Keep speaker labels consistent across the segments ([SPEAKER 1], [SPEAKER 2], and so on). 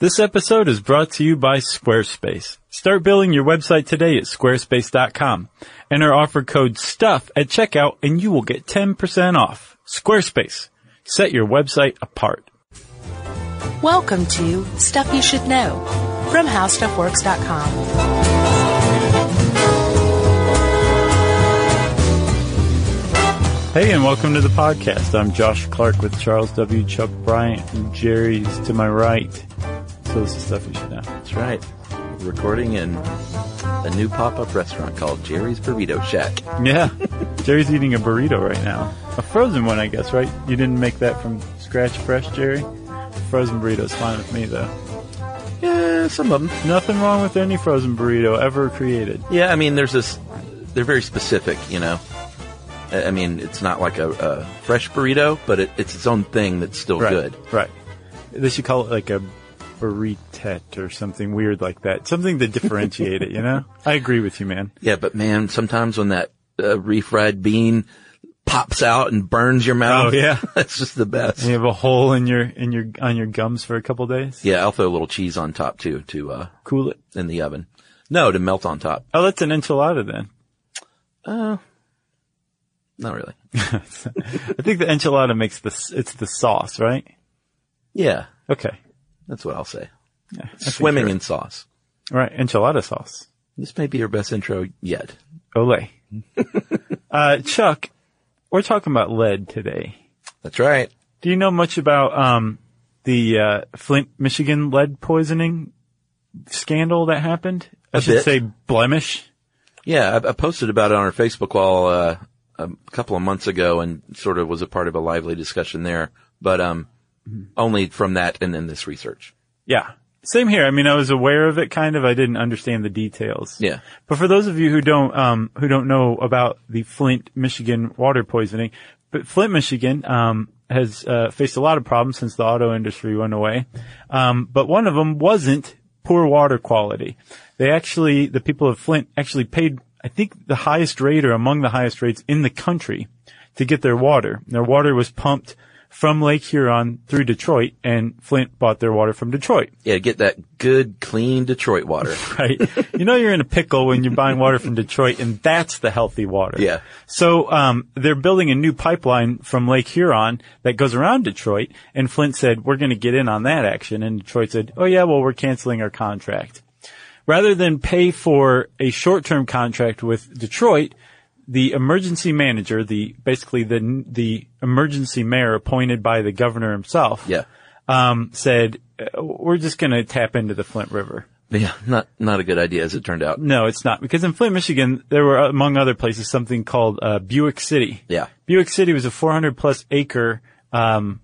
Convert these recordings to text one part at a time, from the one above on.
[SPEAKER 1] This episode is brought to you by Squarespace. Start building your website today at squarespace.com. Enter offer code STUFF at checkout and you will get 10% off. Squarespace. Set your website apart.
[SPEAKER 2] Welcome to Stuff You Should Know from HowStuffWorks.com.
[SPEAKER 1] Hey and welcome to the podcast. I'm Josh Clark with Charles W. Chuck Bryant and Jerry's to my right. So this is stuff you should know.
[SPEAKER 3] That's right. We're recording in a new pop-up restaurant called Jerry's Burrito Shack.
[SPEAKER 1] Yeah. Jerry's eating a burrito right now. A frozen one, I guess, right? You didn't make that from scratch fresh, Jerry? Frozen burrito's fine with me, though.
[SPEAKER 3] Yeah, some of them.
[SPEAKER 1] Nothing wrong with any frozen burrito ever created.
[SPEAKER 3] Yeah, I mean, there's this. They're very specific, you know. I I mean, it's not like a, a fresh burrito, but it, it's its own thing that's still
[SPEAKER 1] Right.
[SPEAKER 3] good.
[SPEAKER 1] Right. They should call it like a burritette or something weird like that. Something to differentiate it, you know? I agree with you, man.
[SPEAKER 3] Yeah, but man, sometimes when that uh, refried bean pops out and burns your mouth,
[SPEAKER 1] Oh, yeah.
[SPEAKER 3] that's just the best.
[SPEAKER 1] And you have a hole in your, in your, on your gums for a couple days?
[SPEAKER 3] Yeah, I'll throw a little cheese on top too, to uh,
[SPEAKER 1] Cool it.
[SPEAKER 3] in the oven. No, to melt on top.
[SPEAKER 1] Oh, that's an enchilada then.
[SPEAKER 3] Not really.
[SPEAKER 1] I think the enchilada makes the, s- it's the sauce, right?
[SPEAKER 3] Yeah,
[SPEAKER 1] Okay.
[SPEAKER 3] that's what I'll say.
[SPEAKER 1] Yeah, I think
[SPEAKER 3] Swimming
[SPEAKER 1] you're-
[SPEAKER 3] in sauce.
[SPEAKER 1] Right. Enchilada sauce.
[SPEAKER 3] This may be your best intro yet.
[SPEAKER 1] Olay. uh, Chuck, we're talking about lead today.
[SPEAKER 3] That's right.
[SPEAKER 1] Do you know much about um, the uh, Flint, Michigan lead poisoning scandal that happened? I
[SPEAKER 3] A
[SPEAKER 1] should
[SPEAKER 3] bit.
[SPEAKER 1] say blemish.
[SPEAKER 3] Yeah, I, I posted about it on our Facebook wall uh, a couple of months ago, and sort of was a part of a lively discussion there. But um,
[SPEAKER 1] Mm-hmm.
[SPEAKER 3] only from that and then this research.
[SPEAKER 1] Yeah. Same here. I mean, I was aware of it kind of. I didn't understand the details.
[SPEAKER 3] Yeah,
[SPEAKER 1] But for those of you who don't um, who don't know about the Flint, Michigan water poisoning, but Flint, Michigan um, has uh, faced a lot of problems since the auto industry went away. Um, but one of them wasn't poor water quality. They actually, the people of Flint actually paid, I think, the highest rate or among the highest rates in the country to get their water. Their water was pumped from Lake Huron through Detroit, and Flint bought their water from Detroit
[SPEAKER 3] yeah. Get that good, clean Detroit water.
[SPEAKER 1] right? you know you're in a pickle when you're buying water from Detroit, and that's the healthy water.
[SPEAKER 3] Yeah.
[SPEAKER 1] So um, they're building a new pipeline from Lake Huron that goes around Detroit, and Flint said we're going to get in on that action, and Detroit said, oh yeah, well we're canceling our contract. Rather than pay for a short-term contract with Detroit, the emergency manager, the basically the the emergency mayor appointed by the governor himself,
[SPEAKER 3] yeah,
[SPEAKER 1] um, said "Uh, we're just going to tap into the Flint River.
[SPEAKER 3] But yeah. Not not a good idea, as it turned out.
[SPEAKER 1] No, it's not. Because in Flint, Michigan, there were, among other places, something called uh, Buick City.
[SPEAKER 3] Yeah.
[SPEAKER 1] Buick City was a 400 plus acre um,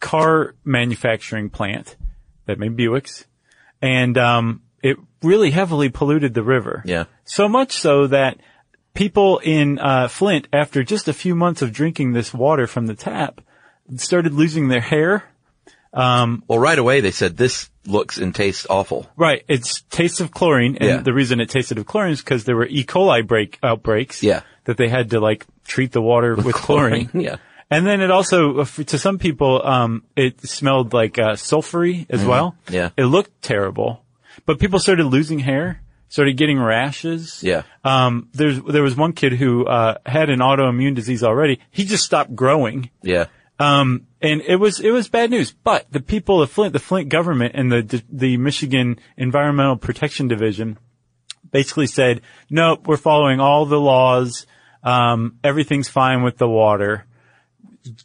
[SPEAKER 1] car manufacturing plant that made Buicks. And um, it really heavily polluted the river.
[SPEAKER 3] Yeah.
[SPEAKER 1] So much so that people in uh, Flint, after just a few months of drinking this water from the tap, started losing their hair.
[SPEAKER 3] Well, right away they said this looks and tastes awful.
[SPEAKER 1] Right. It's taste of chlorine. And
[SPEAKER 3] Yeah.
[SPEAKER 1] the reason it tasted of chlorine is because there were E. coli break outbreaks.
[SPEAKER 3] Yeah.
[SPEAKER 1] That they had to like treat the water with, chlorine.
[SPEAKER 3] yeah.
[SPEAKER 1] And then it also, uh, f- to some people, um, it smelled like uh, sulfury as well.
[SPEAKER 3] Mm-hmm. Yeah.
[SPEAKER 1] It looked terrible, but people started losing hair, started getting rashes.
[SPEAKER 3] Yeah.
[SPEAKER 1] Um, there's there was one kid who uh, had an autoimmune disease already. He just stopped growing.
[SPEAKER 3] Yeah.
[SPEAKER 1] Um, and it was it was bad news. But the people of Flint, the Flint government, and the the Michigan Environmental Protection Division basically said, "Nope, we're following all the laws. Um, everything's fine with the water.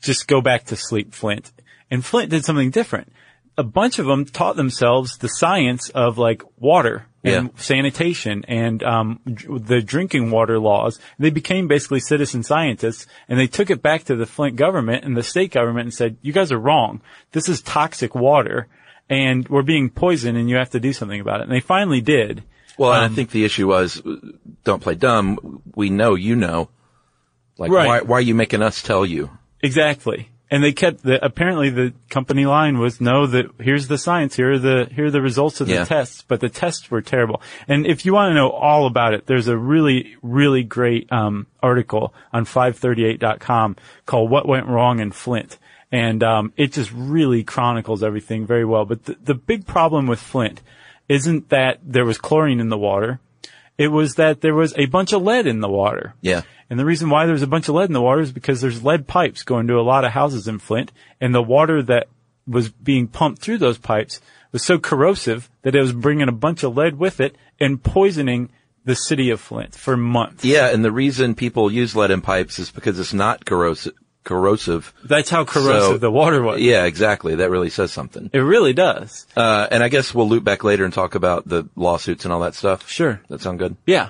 [SPEAKER 1] Just go back to sleep, Flint." And Flint did something different. A bunch of them taught themselves the science of like water and
[SPEAKER 3] Yeah.
[SPEAKER 1] sanitation and um, dr- the drinking water laws. They became basically citizen scientists, and they took it back to the Flint government and the state government and said, "You guys are wrong. This is toxic water, and we're being poisoned, and you have to do something about it." And they finally did.
[SPEAKER 3] Well,
[SPEAKER 1] Um,
[SPEAKER 3] and I think the issue was, uh, don't play dumb. We know you know. Like,
[SPEAKER 1] Right.
[SPEAKER 3] why, why are you making us tell you?
[SPEAKER 1] Exactly. And they kept the, apparently the company line was no, that here's the science, here are the, here are the results of the
[SPEAKER 3] Yeah.
[SPEAKER 1] tests, but the tests were terrible. And if you want to know all about it, there's a really, really great, um, article on 538.com called What Went Wrong in Flint. and um, it just really chronicles everything very well. But the, the big problem with Flint isn't that there was chlorine in the water; it was that there was a bunch of lead in the water.
[SPEAKER 3] Yeah.
[SPEAKER 1] And the reason why there's a bunch of lead in the water is because there's lead pipes going to a lot of houses in Flint, and the water that was being pumped through those pipes was so corrosive that it was bringing a bunch of lead with it and poisoning the city of Flint for months.
[SPEAKER 3] Yeah, and the reason people use lead in pipes is because it's not corrosive. Corrosive.
[SPEAKER 1] That's how corrosive
[SPEAKER 3] So-
[SPEAKER 1] the water was.
[SPEAKER 3] Yeah, exactly. That really says something.
[SPEAKER 1] It really does.
[SPEAKER 3] Uh, and I guess we'll loop back later and talk about the lawsuits and all that stuff.
[SPEAKER 1] Sure.
[SPEAKER 3] That sound good?
[SPEAKER 1] Yeah.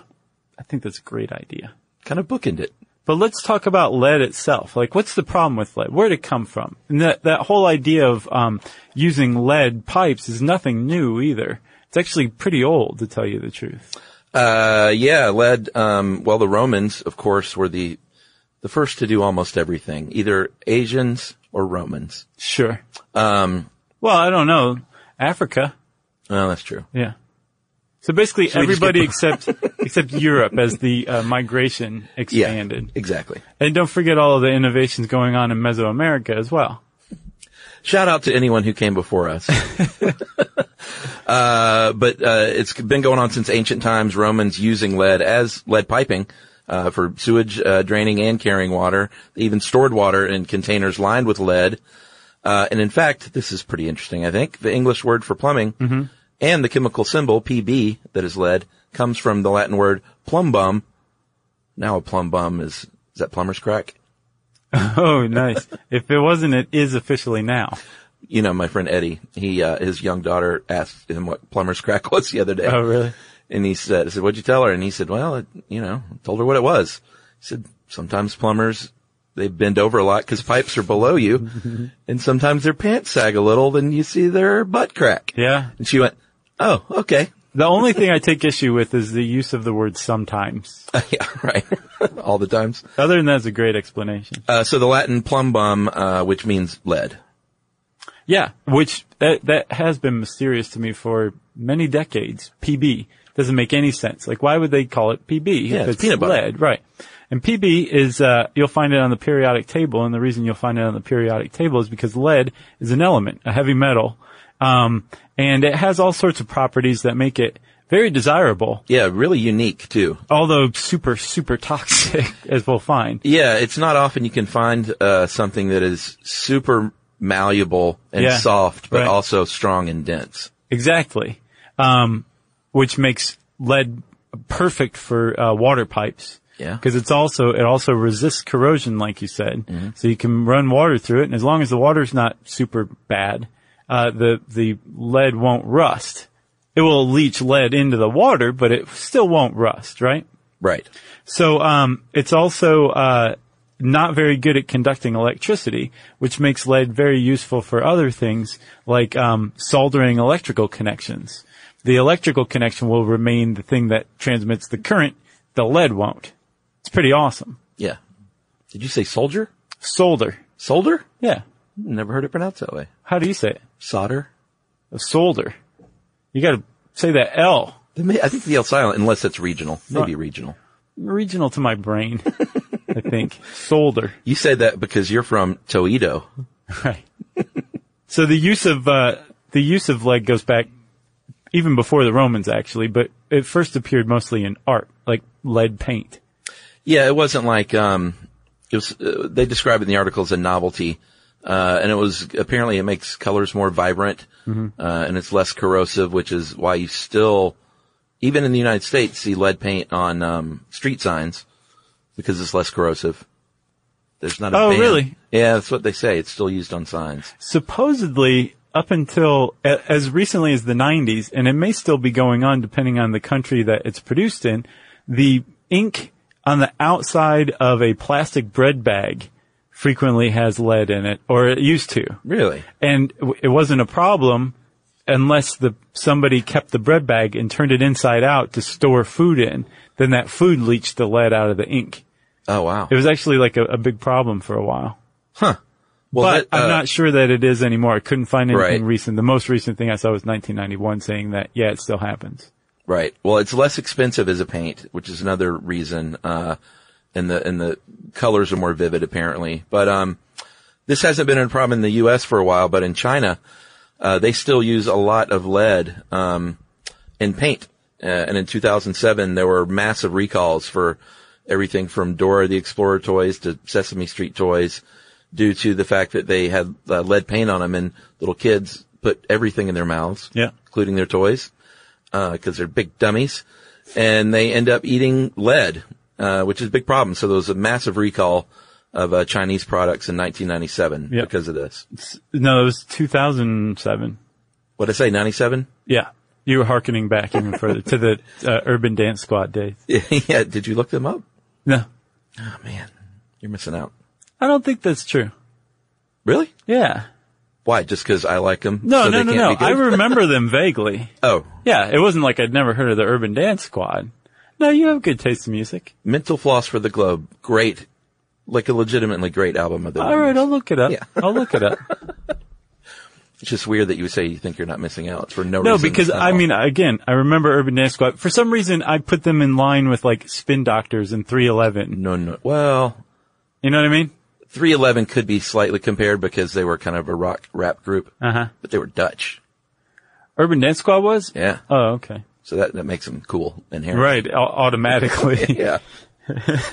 [SPEAKER 1] I think that's a great idea.
[SPEAKER 3] Kind of bookended it.
[SPEAKER 1] But let's talk about lead itself. Like, what's the problem with lead? Where'd it come from? And that, that whole idea of um, using lead pipes is nothing new either. It's actually pretty old, to tell you the truth.
[SPEAKER 3] Uh, yeah, lead, um, well, the Romans, of course, were the, the first to do almost everything, either Asians or Romans.
[SPEAKER 1] Sure.
[SPEAKER 3] Um,
[SPEAKER 1] Well, I don't know. Africa.
[SPEAKER 3] well, that's true.
[SPEAKER 1] Yeah. So basically,
[SPEAKER 3] we just
[SPEAKER 1] everybody
[SPEAKER 3] get-
[SPEAKER 1] except except Europe as the uh, migration
[SPEAKER 3] Yeah.
[SPEAKER 1] expanded,
[SPEAKER 3] Exactly.
[SPEAKER 1] and don't forget all of the innovations going on in Mesoamerica as well.
[SPEAKER 3] Shout out to anyone who came before us. uh, but uh, it's been going on since ancient times. Romans using lead as lead piping uh, for sewage uh, draining and carrying water. They even stored water in containers lined with lead. Uh, and in fact, this is pretty interesting. I think the English word for plumbing and the chemical symbol PB that is lead comes from the Latin word plumbum. Now a plumbum is is that plumber's crack?
[SPEAKER 1] Oh, nice! if it wasn't, it is officially now.
[SPEAKER 3] you know, my friend Eddie, he, uh, his young daughter asked him what plumber's crack was the other day.
[SPEAKER 1] Oh, really?
[SPEAKER 3] And he said, I said, what'd you tell her? And he said, well, it, you know, I told her what it was. He said, sometimes plumbers, they bend over a lot because pipes are below you and sometimes their pants sag a little. Then you see their butt crack.
[SPEAKER 1] Yeah.
[SPEAKER 3] And she went, oh, okay.
[SPEAKER 1] The only thing I take issue with is the use of the word sometimes.
[SPEAKER 3] yeah, right. All the times.
[SPEAKER 1] Other than that, it's a great explanation.
[SPEAKER 3] Uh, so the Latin plumbum, uh, which means lead.
[SPEAKER 1] Yeah, which that that has been mysterious to me for many decades. PB doesn't make any sense. Like, why would they call it PB if
[SPEAKER 3] Yeah, it's
[SPEAKER 1] it's
[SPEAKER 3] peanut butter.
[SPEAKER 1] lead? Right. And PB is uh, you'll find it on the periodic table, and the reason you'll find it on the periodic table is because lead is an element, a heavy metal, um, and it has all sorts of properties that make it very desirable,
[SPEAKER 3] Yeah. Really unique too.
[SPEAKER 1] although super super toxic, as we'll find.
[SPEAKER 3] Yeah, it's not often you can find uh, something that is super malleable and
[SPEAKER 1] Yeah,
[SPEAKER 3] soft, but
[SPEAKER 1] right.
[SPEAKER 3] also strong and dense.
[SPEAKER 1] Exactly. Um, which makes lead perfect for uh, water pipes.
[SPEAKER 3] Yeah.
[SPEAKER 1] Because it's also it also resists corrosion, like you said. So you can run water through it, and as long as the water's not super bad, uh, the the lead won't rust. It will leach lead into the water, but it still won't rust, right?
[SPEAKER 3] Right.
[SPEAKER 1] So um, it's also uh, not very good at conducting electricity, which makes lead very useful for other things like um, soldering electrical connections. The electrical connection will remain the thing that transmits the current. The lead won't. It's pretty awesome.
[SPEAKER 3] Yeah. Did you say soldier?
[SPEAKER 1] Solder.
[SPEAKER 3] Solder?
[SPEAKER 1] Yeah.
[SPEAKER 3] Never heard it pronounced that way.
[SPEAKER 1] How do you say it?
[SPEAKER 3] Solder?
[SPEAKER 1] solder. You got to say that L.
[SPEAKER 3] They may- I think the L silent, unless it's regional. Maybe regional.
[SPEAKER 1] Regional to my brain, I think. Solder.
[SPEAKER 3] You say that because you're from Toledo.
[SPEAKER 1] Right. so the use of uh, the use of lead goes back even before the Romans, actually, but it first appeared mostly in art, like lead paint.
[SPEAKER 3] Yeah, it wasn't like um, it was. Uh, they describe it in the article as a novelty, uh, and it was apparently it makes colors more vibrant,
[SPEAKER 1] Mm-hmm.
[SPEAKER 3] uh, and it's less corrosive, which is why you still, even in the United States, see lead paint on um, street signs because it's less corrosive. There's not a
[SPEAKER 1] Oh,
[SPEAKER 3] ban.
[SPEAKER 1] really?
[SPEAKER 3] Yeah, that's what they say. It's still used on signs.
[SPEAKER 1] Supposedly, up until a- as recently as the 90s, and it may still be going on depending on the country that it's produced in, the ink on the outside of a plastic bread bag frequently has lead in it, or it used to.
[SPEAKER 3] Really?
[SPEAKER 1] and w- it wasn't a problem unless the somebody kept the bread bag and turned it inside out to store food in. Then that food leached the lead out of the ink.
[SPEAKER 3] Oh, wow.
[SPEAKER 1] It was actually like a, a big problem for a while.
[SPEAKER 3] well,
[SPEAKER 1] But
[SPEAKER 3] that, uh,
[SPEAKER 1] I'm not sure that it is anymore. I couldn't find anything
[SPEAKER 3] Right.
[SPEAKER 1] recent. The most recent thing I saw was 1991 saying that, yeah, it still happens.
[SPEAKER 3] Right. Well, it's less expensive as a paint, which is another reason. Uh, and the and the colors are more vivid apparently. But um, This hasn't been a problem in the U.S. for a while, but in China, uh, they still use a lot of lead um, in paint. Uh, and in 2007, there were massive recalls for everything from Dora the Explorer toys to Sesame Street toys, due to the fact that they had uh, lead paint on them, and little kids put everything in their mouths,
[SPEAKER 1] Yeah.
[SPEAKER 3] including their toys, because they're big dummies, and they end up eating lead, uh, which is a big problem. So there was a massive recall of uh, Chinese products in 1997
[SPEAKER 1] Yeah.
[SPEAKER 3] because of this.
[SPEAKER 1] No, it was 2007.
[SPEAKER 3] What did I say? 97?
[SPEAKER 1] Yeah. You were hearkening back even further to the uh, Urban Dance Squad days.
[SPEAKER 3] yeah. Did you look them up?
[SPEAKER 1] No,
[SPEAKER 3] Oh man, you're missing out.
[SPEAKER 1] I don't think that's true.
[SPEAKER 3] Really?
[SPEAKER 1] Yeah.
[SPEAKER 3] Why? Just because I like them?
[SPEAKER 1] No,
[SPEAKER 3] so
[SPEAKER 1] no,
[SPEAKER 3] they
[SPEAKER 1] no,
[SPEAKER 3] can't
[SPEAKER 1] no.
[SPEAKER 3] be good?
[SPEAKER 1] I remember them vaguely.
[SPEAKER 3] oh,
[SPEAKER 1] Yeah, it wasn't like I'd never heard of the Urban Dance Squad. No, you have good taste in music.
[SPEAKER 3] Mental Floss for the Globe. Great. Like a legitimately great album of the
[SPEAKER 1] All right,
[SPEAKER 3] Wings.
[SPEAKER 1] I'll look it up.
[SPEAKER 3] Yeah.
[SPEAKER 1] I'll look it up.
[SPEAKER 3] It's just weird that you would say you think you're not missing out for no,
[SPEAKER 1] No,
[SPEAKER 3] reason.
[SPEAKER 1] because
[SPEAKER 3] at
[SPEAKER 1] I
[SPEAKER 3] all.
[SPEAKER 1] mean, again, I remember Urban Dance Squad. For some reason, I put them in line with like Spin Doctors and 311.
[SPEAKER 3] no, no. Well,
[SPEAKER 1] You know what I mean?
[SPEAKER 3] 311 could be slightly compared because they were kind of a rock rap group,
[SPEAKER 1] Uh huh.
[SPEAKER 3] but they were Dutch.
[SPEAKER 1] Urban Dance Squad was?
[SPEAKER 3] Yeah.
[SPEAKER 1] Oh, okay.
[SPEAKER 3] So that, that makes them cool inherently.
[SPEAKER 1] Right, au- automatically.
[SPEAKER 3] Yeah.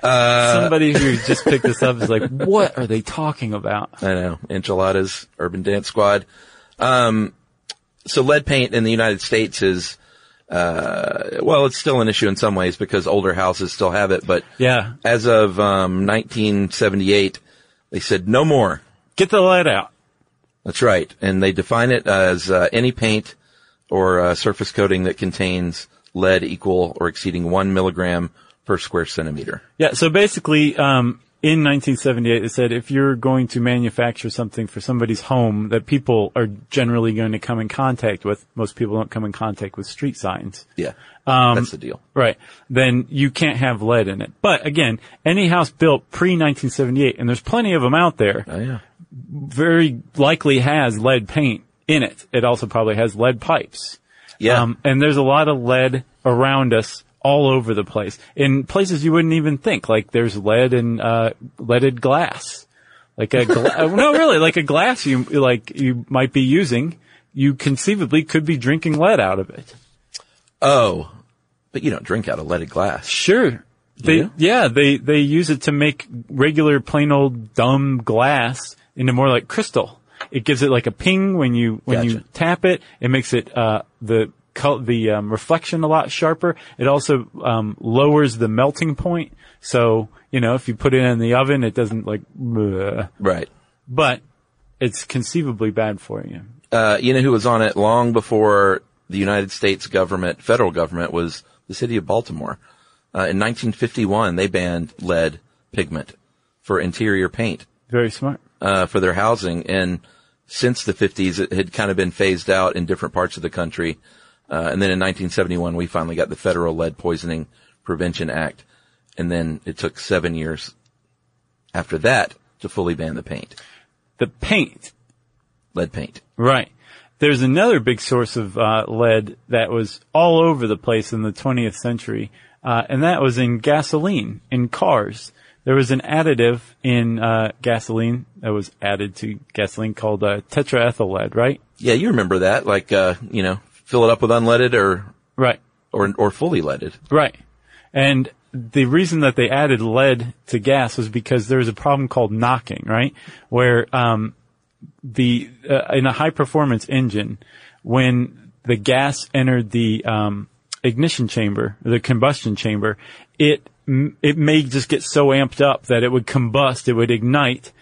[SPEAKER 1] Somebody who just picked this up is like, what are they talking about?
[SPEAKER 3] I know. Enchiladas, Urban Dance Squad. Um, so lead paint in the United States is, uh, well, it's still an issue in some ways because older houses still have it, but
[SPEAKER 1] Yeah.
[SPEAKER 3] as of, um, 1978, they said no more.
[SPEAKER 1] Get the light out.
[SPEAKER 3] That's right. And they define it as uh, any paint or uh, surface coating that contains lead equal or exceeding one milligram per square centimeter.
[SPEAKER 1] Yeah, so basically, um, in 1978, it said if you're going to manufacture something for somebody's home that people are generally going to come in contact with, most people don't come in contact with street signs.
[SPEAKER 3] Yeah. Um, That's the deal.
[SPEAKER 1] Right. Then you can't have lead in it. But again, any house built pre 1978, and there's plenty of them out there,
[SPEAKER 3] Oh, yeah.
[SPEAKER 1] very likely has lead paint in it. It also probably has lead pipes.
[SPEAKER 3] Yeah.
[SPEAKER 1] Um, and there's a lot of lead around us all over the place in places you wouldn't even think. Like there's lead in, uh, leaded glass. Like a, gla- no, really, like a glass you, like you might be using, you conceivably could be drinking lead out of it.
[SPEAKER 3] oh, but you don't drink out of leaded glass.
[SPEAKER 1] Sure. They,
[SPEAKER 3] Yeah?
[SPEAKER 1] yeah. they, they use it to make regular plain old dumb glass into more like crystal. It gives it like a ping when you, when you
[SPEAKER 3] Gotcha.
[SPEAKER 1] tap it. It makes it, uh, the, col- the um, reflection a lot sharper. It also, um, lowers the melting point. So, you know, if you put it in the oven, it doesn't like, bleh.
[SPEAKER 3] Right.
[SPEAKER 1] but it's conceivably bad for you.
[SPEAKER 3] uh, you know who was on it long before the United States government, federal government, was the city of Baltimore. Uh, in 1951, they banned lead pigment for interior paint
[SPEAKER 1] Very smart.
[SPEAKER 3] uh, for their housing, and since the 50s, it had kind of been phased out in different parts of the country. Uh, and then in 1971, we finally got the Federal Lead Poisoning Prevention Act, and then it took seven years after that to fully ban the paint,
[SPEAKER 1] The paint
[SPEAKER 3] lead paint.
[SPEAKER 1] Right. There's another big source of uh, lead that was all over the place in the 20th century, uh, and that was in gasoline in cars. There was an additive in uh, gasoline that was added to gasoline called uh, tetraethyl lead, right?
[SPEAKER 3] Yeah, you remember that, like uh, you know, fill it up with unleaded or
[SPEAKER 1] Right.
[SPEAKER 3] or or fully leaded.
[SPEAKER 1] Right. And the reason that they added lead to gas was because there was a problem called knocking, right? Where, um, the, uh, in a high performance engine, when the gas entered the, um, ignition chamber, the combustion chamber, it, m- it may just get so amped up that it would combust, it would ignite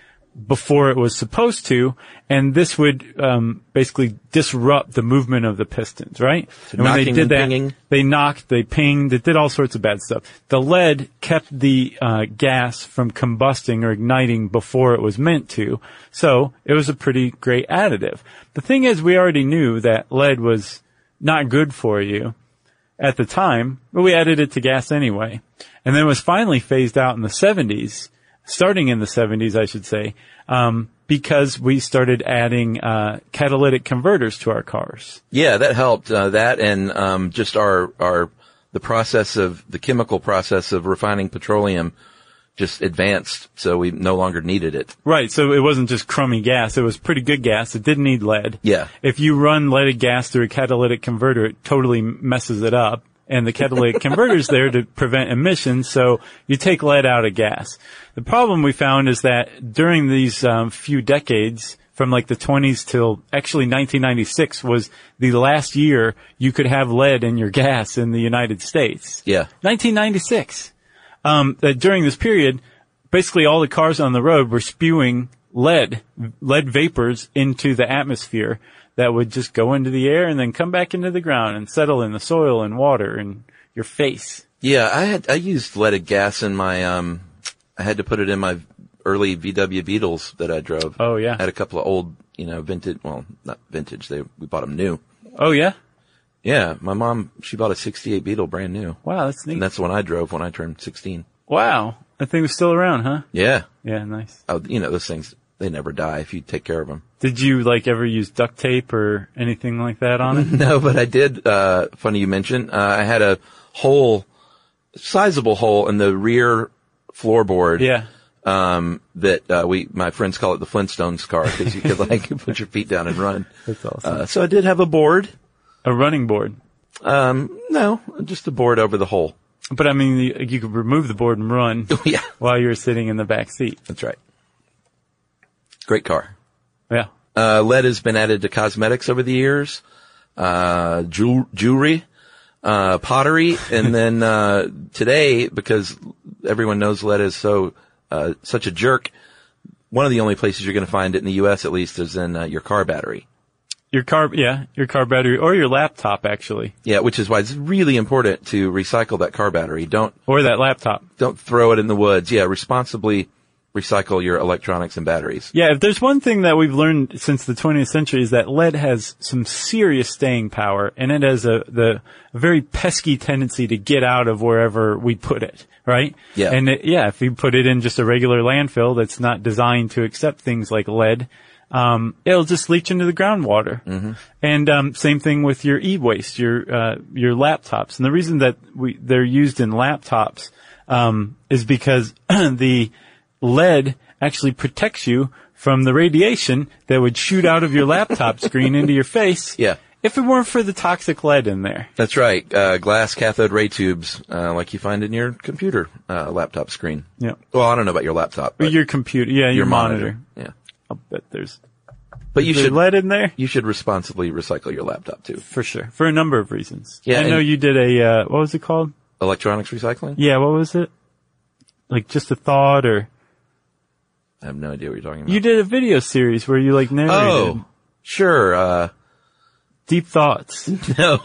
[SPEAKER 1] before it was supposed to, and this would, um, basically disrupt the movement of the pistons, right? and when they
[SPEAKER 3] knocking
[SPEAKER 1] did
[SPEAKER 3] and
[SPEAKER 1] that,
[SPEAKER 3] pinging.
[SPEAKER 1] they knocked, they pinged, it did all sorts of bad stuff. The lead kept the uh, gas from combusting or igniting before it was meant to, so it was a pretty great additive. The thing is, we already knew that lead was not good for you at the time, but we added it to gas anyway. And then it was finally phased out in the 70s, starting in the 70s, I should say, um, because we started adding uh, catalytic converters to our cars.
[SPEAKER 3] Yeah, that helped. Uh, that and um, just our our the process of the chemical process of refining petroleum just advanced, so we no longer needed it.
[SPEAKER 1] Right. So it wasn't just crummy gas. It was pretty good gas. It didn't need lead.
[SPEAKER 3] Yeah.
[SPEAKER 1] If you run leaded gas through a catalytic converter, it totally messes it up. And the catalytic converter's there to prevent emissions. So you take lead out of gas. The problem we found is that during these um, few decades, from like the 20s till actually 1996 was the last year you could have lead in your gas in the United States.
[SPEAKER 3] Yeah.
[SPEAKER 1] 1996. Um, that during this period, basically all the cars on the road were spewing lead, lead vapors into the atmosphere that would just go into the air and then come back into the ground and settle in the soil and water and your face.
[SPEAKER 3] Yeah, I had I used leaded gas in my um I had to put it in my early VW Beetles that I drove.
[SPEAKER 1] Oh, yeah.
[SPEAKER 3] I had a couple of old, you know, vintage, well, not vintage, they we bought them new.
[SPEAKER 1] Oh yeah?
[SPEAKER 3] Yeah, my mom, she bought a 68 Beetle brand new.
[SPEAKER 1] Wow, that's neat.
[SPEAKER 3] And that's the one I drove when I turned 16.
[SPEAKER 1] wow. That thing was still around, huh?
[SPEAKER 3] Yeah.
[SPEAKER 1] Yeah, nice.
[SPEAKER 3] Oh, you know, those things, they never die if you take care of them.
[SPEAKER 1] Did you like ever use duct tape or anything like that on it?
[SPEAKER 3] No, but I did. Uh, funny you mention. Uh, I had a hole, sizable hole in the rear floorboard.
[SPEAKER 1] yeah.
[SPEAKER 3] Um, that uh, we my friends call it the Flintstones car because you could like put your feet down and run.
[SPEAKER 1] That's awesome.
[SPEAKER 3] Uh, so I did have a board.
[SPEAKER 1] a running board.
[SPEAKER 3] Um, no, just a board over the hole.
[SPEAKER 1] But I mean, you, you could remove the board and run
[SPEAKER 3] yeah,
[SPEAKER 1] while you were sitting in the back seat.
[SPEAKER 3] that's right. Great car.
[SPEAKER 1] Yeah.
[SPEAKER 3] Uh, lead has been added to cosmetics over the years, uh, jew- jewelry, uh, pottery, and then, uh, today, because everyone knows lead is so, uh, such a jerk, one of the only places you're gonna find it in the U.S. at least is in, uh, your car battery.
[SPEAKER 1] Your car, yeah, your car battery or your laptop actually,
[SPEAKER 3] Yeah, which is why it's really important to recycle that car battery. Don't,
[SPEAKER 1] or that laptop.
[SPEAKER 3] don't throw it in the woods. Yeah, responsibly recycle your electronics and batteries.
[SPEAKER 1] Yeah, if there's one thing that we've learned since the 20th century is that lead has some serious staying power, and it has a the a very pesky tendency to get out of wherever we put it, right?
[SPEAKER 3] Yeah.
[SPEAKER 1] And it, yeah, if you put it in just a regular landfill that's not designed to accept things like E lead, um, it'll just leach into the groundwater.
[SPEAKER 3] Mm-hmm.
[SPEAKER 1] And um, same thing with your e-waste, your uh, your laptops. And the reason that we they're used in laptops um, is because the lead actually protects you from the radiation that would shoot out of your laptop screen into your face.
[SPEAKER 3] Yeah.
[SPEAKER 1] If it weren't for the toxic lead in there.
[SPEAKER 3] That's right. Uh, glass cathode ray tubes, uh, like you find in your computer, uh, laptop screen.
[SPEAKER 1] Yeah.
[SPEAKER 3] Well, I don't know about your laptop,
[SPEAKER 1] Or
[SPEAKER 3] but
[SPEAKER 1] your computer. Yeah, your, monitor.
[SPEAKER 3] Yeah.
[SPEAKER 1] I'll bet there's
[SPEAKER 3] But you
[SPEAKER 1] there's
[SPEAKER 3] should,
[SPEAKER 1] lead in there.
[SPEAKER 3] you should responsibly recycle your laptop too.
[SPEAKER 1] For sure. For a number of reasons.
[SPEAKER 3] Yeah,
[SPEAKER 1] I know
[SPEAKER 3] and-
[SPEAKER 1] you did a, uh, what was it called?
[SPEAKER 3] Electronics recycling?
[SPEAKER 1] Yeah, what was it? Like just a thought or
[SPEAKER 3] I have no idea what you're talking about.
[SPEAKER 1] you did a video series where you like narrated
[SPEAKER 3] oh, sure. Uh,
[SPEAKER 1] deep thoughts.
[SPEAKER 3] no,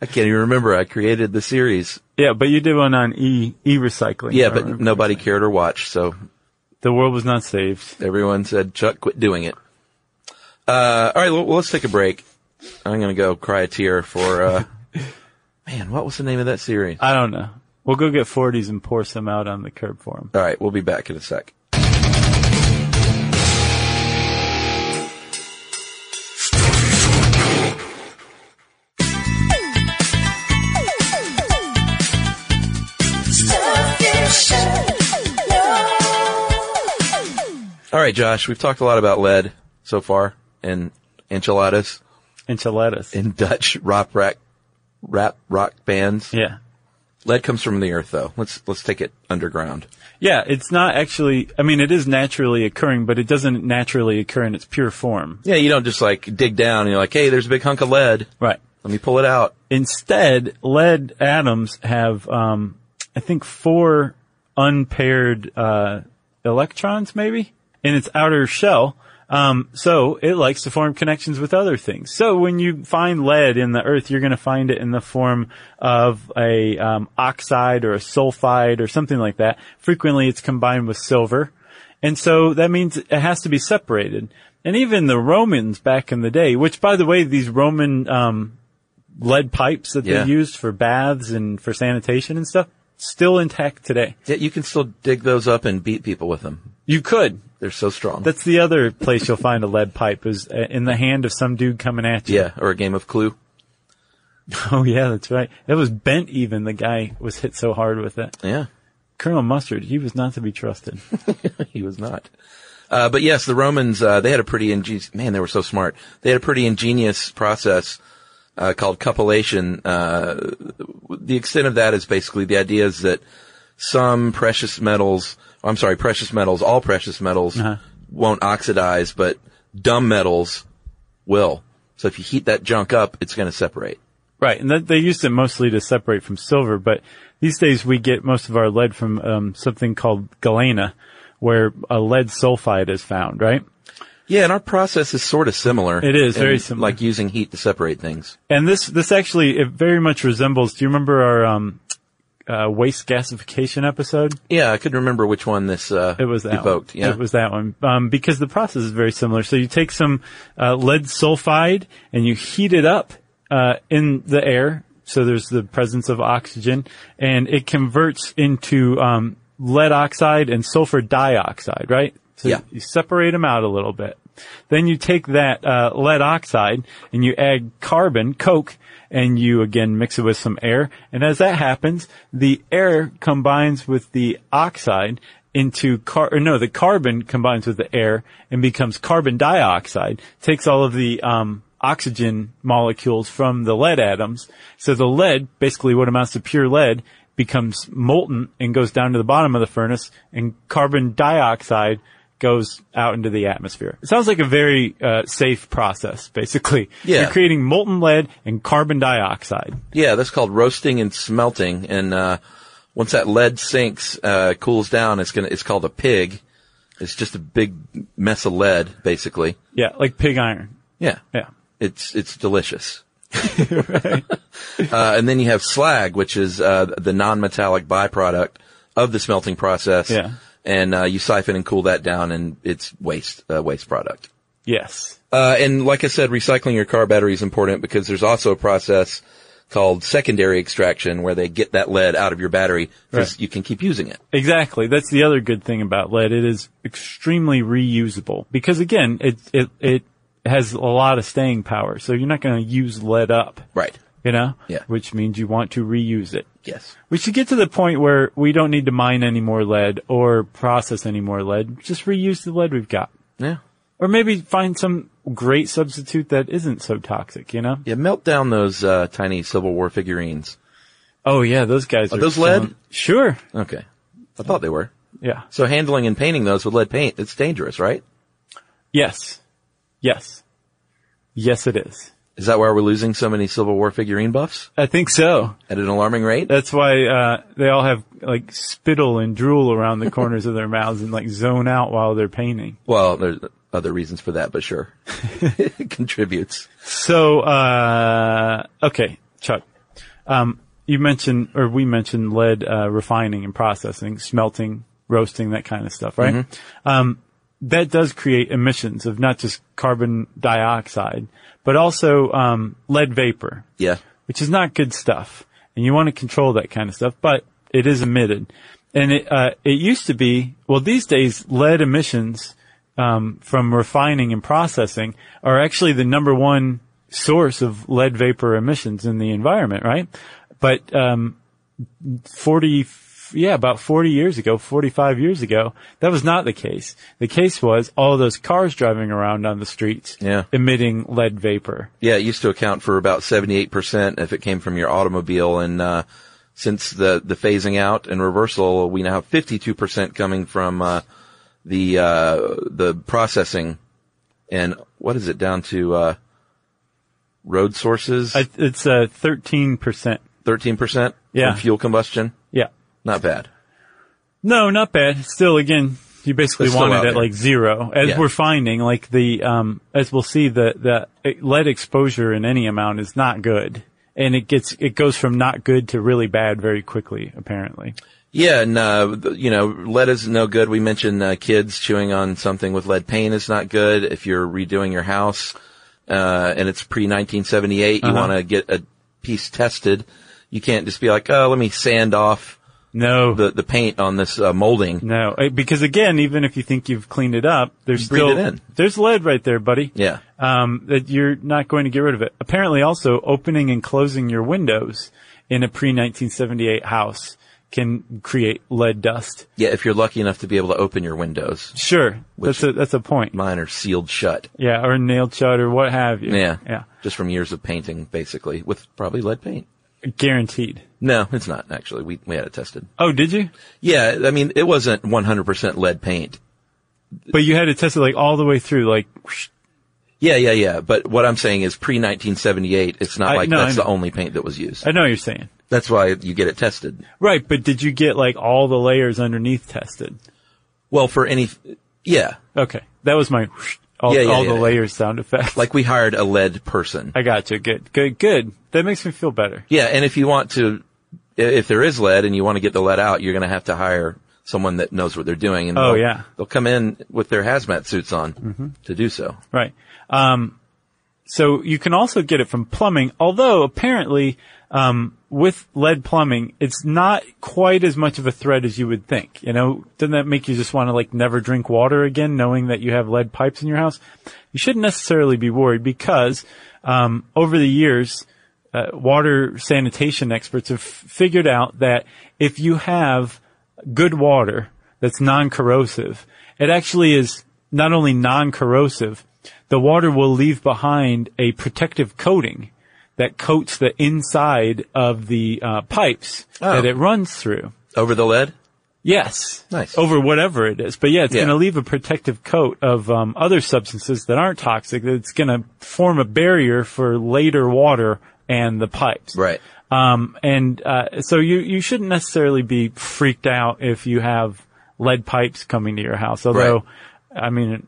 [SPEAKER 3] I can't even remember. I created the series.
[SPEAKER 1] Yeah, but you did one on e e recycling.
[SPEAKER 3] Yeah, but nobody cared or watched. So
[SPEAKER 1] the world was not saved.
[SPEAKER 3] everyone said, Chuck, quit doing it. Uh, all right. Well, let's take a break. I'm going to go cry a tear for, uh, man, what was the name of that series?
[SPEAKER 1] I don't know. We'll go get 40s and pour some out on the curb for him.
[SPEAKER 3] All right, we'll be back in a sec. All right, Josh, we've talked a lot about lead so far and enchiladas
[SPEAKER 1] Enchiladas.
[SPEAKER 3] and Dutch rock rack rap rock bands.
[SPEAKER 1] yeah.
[SPEAKER 3] Lead comes from the earth though. Let's let's take it underground.
[SPEAKER 1] Yeah, it's not actually, I mean, it is naturally occurring, but it doesn't naturally occur in its pure form.
[SPEAKER 3] Yeah, you don't just like dig down and you're like, "Hey, there's a big hunk of lead.
[SPEAKER 1] Right.
[SPEAKER 3] Let me pull it out."
[SPEAKER 1] Instead, lead atoms have, um, I think, four unpaired uh, electrons, maybe, in its outer shell. Um, so it likes to form connections with other things. So when you find lead in the earth, you're going to find it in the form of a um, oxide or a sulfide or something like that. Frequently, it's combined with silver. And so that means it has to be separated. And even the Romans back in the day, which by the way, these Roman, um, lead pipes that
[SPEAKER 3] Yeah.
[SPEAKER 1] they used for baths and for sanitation and stuff, still intact today.
[SPEAKER 3] Yeah, you can still dig those up and beat people with them.
[SPEAKER 1] You could.
[SPEAKER 3] They're so strong.
[SPEAKER 1] That's the other place you'll find a lead pipe is uh, in the hand of some dude coming at you.
[SPEAKER 3] yeah, or a game of Clue.
[SPEAKER 1] Oh yeah, that's right. It was bent even. The guy was hit so hard with it.
[SPEAKER 3] Yeah.
[SPEAKER 1] Colonel Mustard, he was not to be trusted.
[SPEAKER 3] he was not. Uh, but yes, the Romans, uh, they had a pretty ingenious, man, they were so smart. They had a pretty ingenious process, uh, called cupellation. Uh, the extent of that is basically the idea is that some precious metals, I'm sorry, precious metals, all precious metals
[SPEAKER 1] Uh-huh.
[SPEAKER 3] won't oxidize, but dumb metals will. So if you heat that junk up, it's going to separate.
[SPEAKER 1] Right, and that, they used it mostly to separate from silver, but these days we get most of our lead from um, something called galena, where a lead sulfide is found, right?
[SPEAKER 3] Yeah, and our process is sort of similar.
[SPEAKER 1] It is, very
[SPEAKER 3] in,
[SPEAKER 1] similar.
[SPEAKER 3] Like using heat to separate things.
[SPEAKER 1] And this this actually it very much resembles. Do you remember our um, uh, waste gasification episode?
[SPEAKER 3] Yeah, I could remember which one this uh,
[SPEAKER 1] It was that
[SPEAKER 3] evoked.
[SPEAKER 1] One.
[SPEAKER 3] Yeah,
[SPEAKER 1] It was that one um, because the process is very similar. So you take some uh, lead sulfide and you heat it up uh, in the air. So there's the presence of oxygen, and it converts into um, lead oxide and sulfur dioxide. Right. So
[SPEAKER 3] Yeah.
[SPEAKER 1] you separate them out a little bit. Then you take that uh, lead oxide and you add carbon, coke, and you again mix it with some air. And as that happens, the air combines with the oxide into car, or no, the carbon combines with the air and becomes carbon dioxide, takes all of the, um, oxygen molecules from the lead atoms. So the lead, basically what amounts to pure lead, becomes molten and goes down to the bottom of the furnace and carbon dioxide goes out into the atmosphere. It sounds like a very uh, safe process, basically.
[SPEAKER 3] Yeah.
[SPEAKER 1] You're creating molten lead and carbon dioxide.
[SPEAKER 3] yeah. That's called roasting and smelting. And uh, once that lead sinks, uh, cools down, it's gonna. It's called a pig. It's just a big mess of lead, basically.
[SPEAKER 1] Yeah, like pig iron.
[SPEAKER 3] Yeah,
[SPEAKER 1] Yeah.
[SPEAKER 3] It's it's delicious. uh, and then you have slag, which is uh, the non-metallic byproduct of the smelting process.
[SPEAKER 1] Yeah.
[SPEAKER 3] And uh, you siphon and cool that down, and it's waste uh, waste product.
[SPEAKER 1] Yes.
[SPEAKER 3] Uh, and like I said, recycling your car battery is important because there's also a process called secondary extraction where they get that lead out of your battery because
[SPEAKER 1] Right.
[SPEAKER 3] you can keep using it.
[SPEAKER 1] Exactly. That's the other good thing about lead. It is extremely reusable because again, it it it has a lot of staying power. So you're not going to use lead up,
[SPEAKER 3] Right.
[SPEAKER 1] you know?
[SPEAKER 3] Yeah.
[SPEAKER 1] Which means you want to reuse it.
[SPEAKER 3] Yes.
[SPEAKER 1] We should get to the point where we don't need to mine any more lead or process any more lead. Just reuse the lead we've got.
[SPEAKER 3] Yeah.
[SPEAKER 1] Or maybe find some great substitute that isn't so toxic, you know?
[SPEAKER 3] Yeah. Melt down those uh, tiny Civil War figurines.
[SPEAKER 1] Oh yeah, those guys are,
[SPEAKER 3] those
[SPEAKER 1] killing-
[SPEAKER 3] lead?
[SPEAKER 1] Sure.
[SPEAKER 3] Okay. I thought they were.
[SPEAKER 1] Yeah.
[SPEAKER 3] So handling and painting those with lead paint, it's dangerous, right?
[SPEAKER 1] Yes. Yes. Yes, it is.
[SPEAKER 3] Is that why we're losing so many Civil War figurine buffs
[SPEAKER 1] I think so.
[SPEAKER 3] at an alarming rate?
[SPEAKER 1] That's why uh, they all have like spittle and drool around the corners of their mouths and like zone out while they're painting.
[SPEAKER 3] Well, there's other reasons for that, but sure. it contributes.
[SPEAKER 1] So, uh, okay, Chuck. Um, you mentioned, or we mentioned lead uh, refining and processing, smelting, roasting, that kind of stuff, right? Um, that does create emissions of not just carbon dioxide, but also um, lead vapor,
[SPEAKER 3] Yeah.
[SPEAKER 1] which is not good stuff. And you want to control that kind of stuff, but it is emitted. And it, uh, it used to be, well, these days, lead emissions, um, from refining and processing are actually the number one source of lead vapor emissions in the environment, right? But, um, 40, yeah, about 40 years ago, 45 years ago, that was not the case. The case was all those cars driving around on the streets
[SPEAKER 3] Yeah.
[SPEAKER 1] emitting lead vapor.
[SPEAKER 3] Yeah, it used to account for about 78% if it came from your automobile. And, uh, since the, the phasing out and reversal, we now have 52% coming from, uh, the, uh, the processing and what is it down to, uh, road sources?
[SPEAKER 1] I- It's uh, 13%.
[SPEAKER 3] 13%
[SPEAKER 1] Yeah.
[SPEAKER 3] from fuel combustion.
[SPEAKER 1] Yeah.
[SPEAKER 3] Not bad.
[SPEAKER 1] No, not bad. Still, again, you basically
[SPEAKER 3] It's still
[SPEAKER 1] want
[SPEAKER 3] out
[SPEAKER 1] it at
[SPEAKER 3] there.
[SPEAKER 1] like zero. As
[SPEAKER 3] Yeah.
[SPEAKER 1] we're finding, like the, um, as we'll see, the, the lead exposure in any amount is not good. And it gets, it goes from not good to really bad very quickly, apparently.
[SPEAKER 3] Yeah, and uh, th- you know, lead is no good. We mentioned uh, kids chewing on something with lead paint is not good. If you're redoing your house uh, and it's pre 1978, you
[SPEAKER 1] Uh-huh.
[SPEAKER 3] want to get a piece tested. You can't just be like, oh, let me sand off
[SPEAKER 1] No.
[SPEAKER 3] the the paint on this uh, molding.
[SPEAKER 1] no. Uh, Because again, even if you think you've cleaned it up, there's
[SPEAKER 3] Breathe
[SPEAKER 1] still,
[SPEAKER 3] it in.
[SPEAKER 1] there's lead right there, buddy.
[SPEAKER 3] Yeah,
[SPEAKER 1] um, that you're not going to get rid of it. Apparently also opening and closing your windows in a pre-1978 house can create lead dust.
[SPEAKER 3] Yeah, if you're lucky enough to be able to open your windows,
[SPEAKER 1] Sure,
[SPEAKER 3] Which-
[SPEAKER 1] that's a that's a point.
[SPEAKER 3] mine are sealed shut.
[SPEAKER 1] Yeah, or nailed shut or what have you.
[SPEAKER 3] Yeah,
[SPEAKER 1] yeah,
[SPEAKER 3] just from years of painting, basically, with probably lead paint.
[SPEAKER 1] guaranteed.
[SPEAKER 3] No, it's not actually. We we had it tested.
[SPEAKER 1] Oh, did you?
[SPEAKER 3] Yeah, I mean, it wasn't 100% lead paint.
[SPEAKER 1] But you had to test it like all the way through, like. whoosh.
[SPEAKER 3] Yeah, yeah, yeah. But what I'm saying is pre 1978, it's not
[SPEAKER 1] I-
[SPEAKER 3] like
[SPEAKER 1] no,
[SPEAKER 3] that's
[SPEAKER 1] I
[SPEAKER 3] the
[SPEAKER 1] know.
[SPEAKER 3] only paint that was used.
[SPEAKER 1] I know what you're saying.
[SPEAKER 3] That's why you get it tested.
[SPEAKER 1] Right, but did you get like all the layers underneath tested?
[SPEAKER 3] Well, for any, yeah,
[SPEAKER 1] Okay, that was my whoosh, all,
[SPEAKER 3] Yeah, yeah,
[SPEAKER 1] all
[SPEAKER 3] yeah,
[SPEAKER 1] the
[SPEAKER 3] yeah.
[SPEAKER 1] layers sound effects.
[SPEAKER 3] like we hired a lead person.
[SPEAKER 1] I got you. Good, good, good. That makes me feel better.
[SPEAKER 3] Yeah, and if you want to, i- if there is lead and you want to get the lead out, you're going to have to hire someone that knows what they're doing. And
[SPEAKER 1] Oh,
[SPEAKER 3] they'll-
[SPEAKER 1] yeah. Mm-hmm.
[SPEAKER 3] they'll come in with their hazmat suits on to do so.
[SPEAKER 1] Right. Um, so you can also get it from plumbing, although apparently, um, with lead plumbing, it's not quite as much of a threat as you would think. You know, doesn't that make you just want to like never drink water again, knowing that you have lead pipes in your house? You shouldn't necessarily be worried because, um, over the years, uh, water sanitation experts have figured out that if you have good water that's non-corrosive, it actually is not only non-corrosive, the water will leave behind a protective coating that coats the inside of the uh, pipes
[SPEAKER 3] Oh.
[SPEAKER 1] that it runs through.
[SPEAKER 3] Over the lead?
[SPEAKER 1] Yes.
[SPEAKER 3] Nice.
[SPEAKER 1] Over whatever it is. But yeah, it's
[SPEAKER 3] Yeah.
[SPEAKER 1] going to leave a protective coat of um, other substances that aren't toxic. It's going to form a barrier for later water and the pipes.
[SPEAKER 3] Right.
[SPEAKER 1] Um, and uh, so you you shouldn't necessarily be freaked out if you have lead pipes coming to your house. Although, I mean, if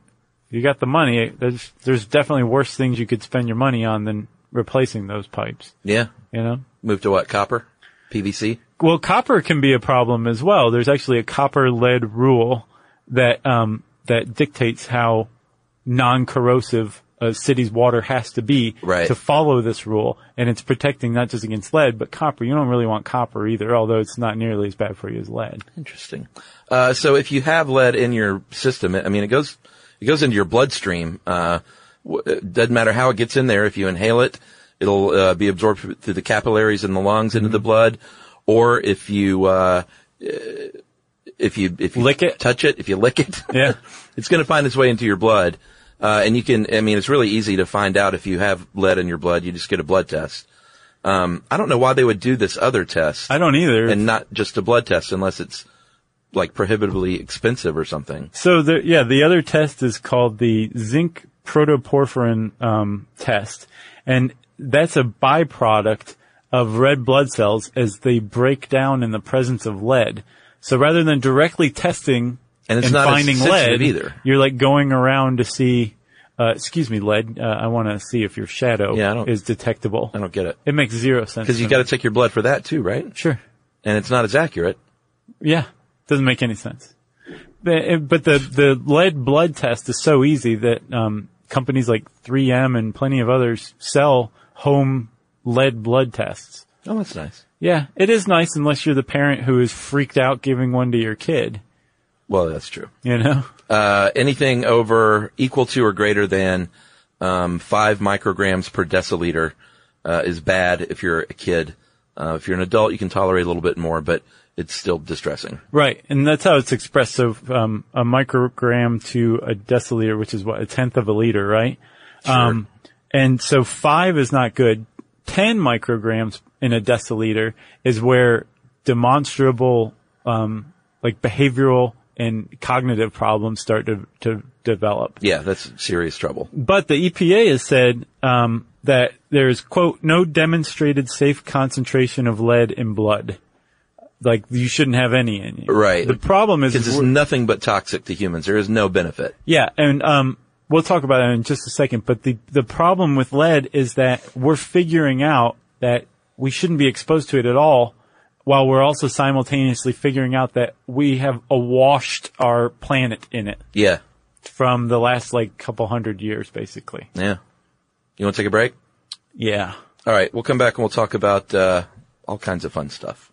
[SPEAKER 1] you got the money. There's there's definitely worse things you could spend your money on than replacing those pipes.
[SPEAKER 3] Yeah.
[SPEAKER 1] You know.
[SPEAKER 3] Move to what? Copper? PVC?
[SPEAKER 1] Well, copper can be a problem as well. There's actually a copper lead rule that um, that dictates how non-corrosive a city's water has to be
[SPEAKER 3] Right.
[SPEAKER 1] to follow this rule, and it's protecting not just against lead but copper. You don't really want copper either, although it's not nearly as bad for you as lead.
[SPEAKER 3] Interesting. Uh, so if you have lead in your system, it, I mean, it goes, it goes into your bloodstream. Uh, w- it doesn't matter how it gets in there. If you inhale it, it'll uh, be absorbed through the capillaries in the lungs into
[SPEAKER 1] Mm-hmm.
[SPEAKER 3] the blood. Or if you, uh, if you, if you
[SPEAKER 1] Lick it?
[SPEAKER 3] touch it, if you lick it,
[SPEAKER 1] Yeah.
[SPEAKER 3] it's going to find its way into your blood. Uh, and you can, I mean, it's really easy to find out if you have lead in your blood. You just get a blood test. Um, I don't know why they would do this other test
[SPEAKER 1] I don't either.
[SPEAKER 3] and not just a blood test unless it's like prohibitively expensive or something.
[SPEAKER 1] So the yeah, the other test is called the zinc protoporphyrin um, test, and that's a byproduct of red blood cells as they break down in the presence of lead. So rather than directly testing
[SPEAKER 3] And it's not as
[SPEAKER 1] finding
[SPEAKER 3] sensitive
[SPEAKER 1] lead,
[SPEAKER 3] either.
[SPEAKER 1] you're like going around to see. Uh, excuse me, lead. Uh, I want to see if your shadow
[SPEAKER 3] Yeah, I don't-
[SPEAKER 1] is detectable.
[SPEAKER 3] I don't get it.
[SPEAKER 1] It makes zero sense
[SPEAKER 3] Cause you
[SPEAKER 1] to
[SPEAKER 3] gotta
[SPEAKER 1] me.
[SPEAKER 3] take your blood for that too, right?
[SPEAKER 1] sure.
[SPEAKER 3] And it's not as accurate.
[SPEAKER 1] Yeah, doesn't make any sense. The- But the the lead blood test is so easy that um, companies like 3M and plenty of others sell home lead blood tests.
[SPEAKER 3] Oh, that's nice.
[SPEAKER 1] Yeah, it is nice unless you're the parent who is freaked out giving one to your kid.
[SPEAKER 3] Well, that's true.
[SPEAKER 1] You know,
[SPEAKER 3] Uh, anything over equal to or greater than, um, five micrograms per deciliter, uh, is bad if you're a kid. Uh, if you're an adult, you can tolerate a little bit more, but it's still distressing.
[SPEAKER 1] right? And that's how it's expressed. So um, a microgram to a deciliter, which is what a tenth of a liter, right? Um, and so five is not good. Ten micrograms in a deciliter is where demonstrable, um, like behavioral and cognitive problems start to, to develop.
[SPEAKER 3] yeah, that's serious trouble.
[SPEAKER 1] But the EPA has said, um, that there's quote, no demonstrated safe concentration of lead in blood. Like you shouldn't have any in you.
[SPEAKER 3] Right.
[SPEAKER 1] The problem is
[SPEAKER 3] Cause it's
[SPEAKER 1] we're-
[SPEAKER 3] nothing but toxic to humans. There is no benefit.
[SPEAKER 1] yeah, and um, we'll talk about that in just a second. But the the problem with lead is that we're figuring out that we shouldn't be exposed to it at all, while we're also simultaneously figuring out that we have awashed our planet in it
[SPEAKER 3] Yeah.
[SPEAKER 1] from the last like couple hundred years, basically.
[SPEAKER 3] Yeah. You want to take a break?
[SPEAKER 1] Yeah.
[SPEAKER 3] All right, we'll come back and we'll talk about uh, all kinds of fun stuff.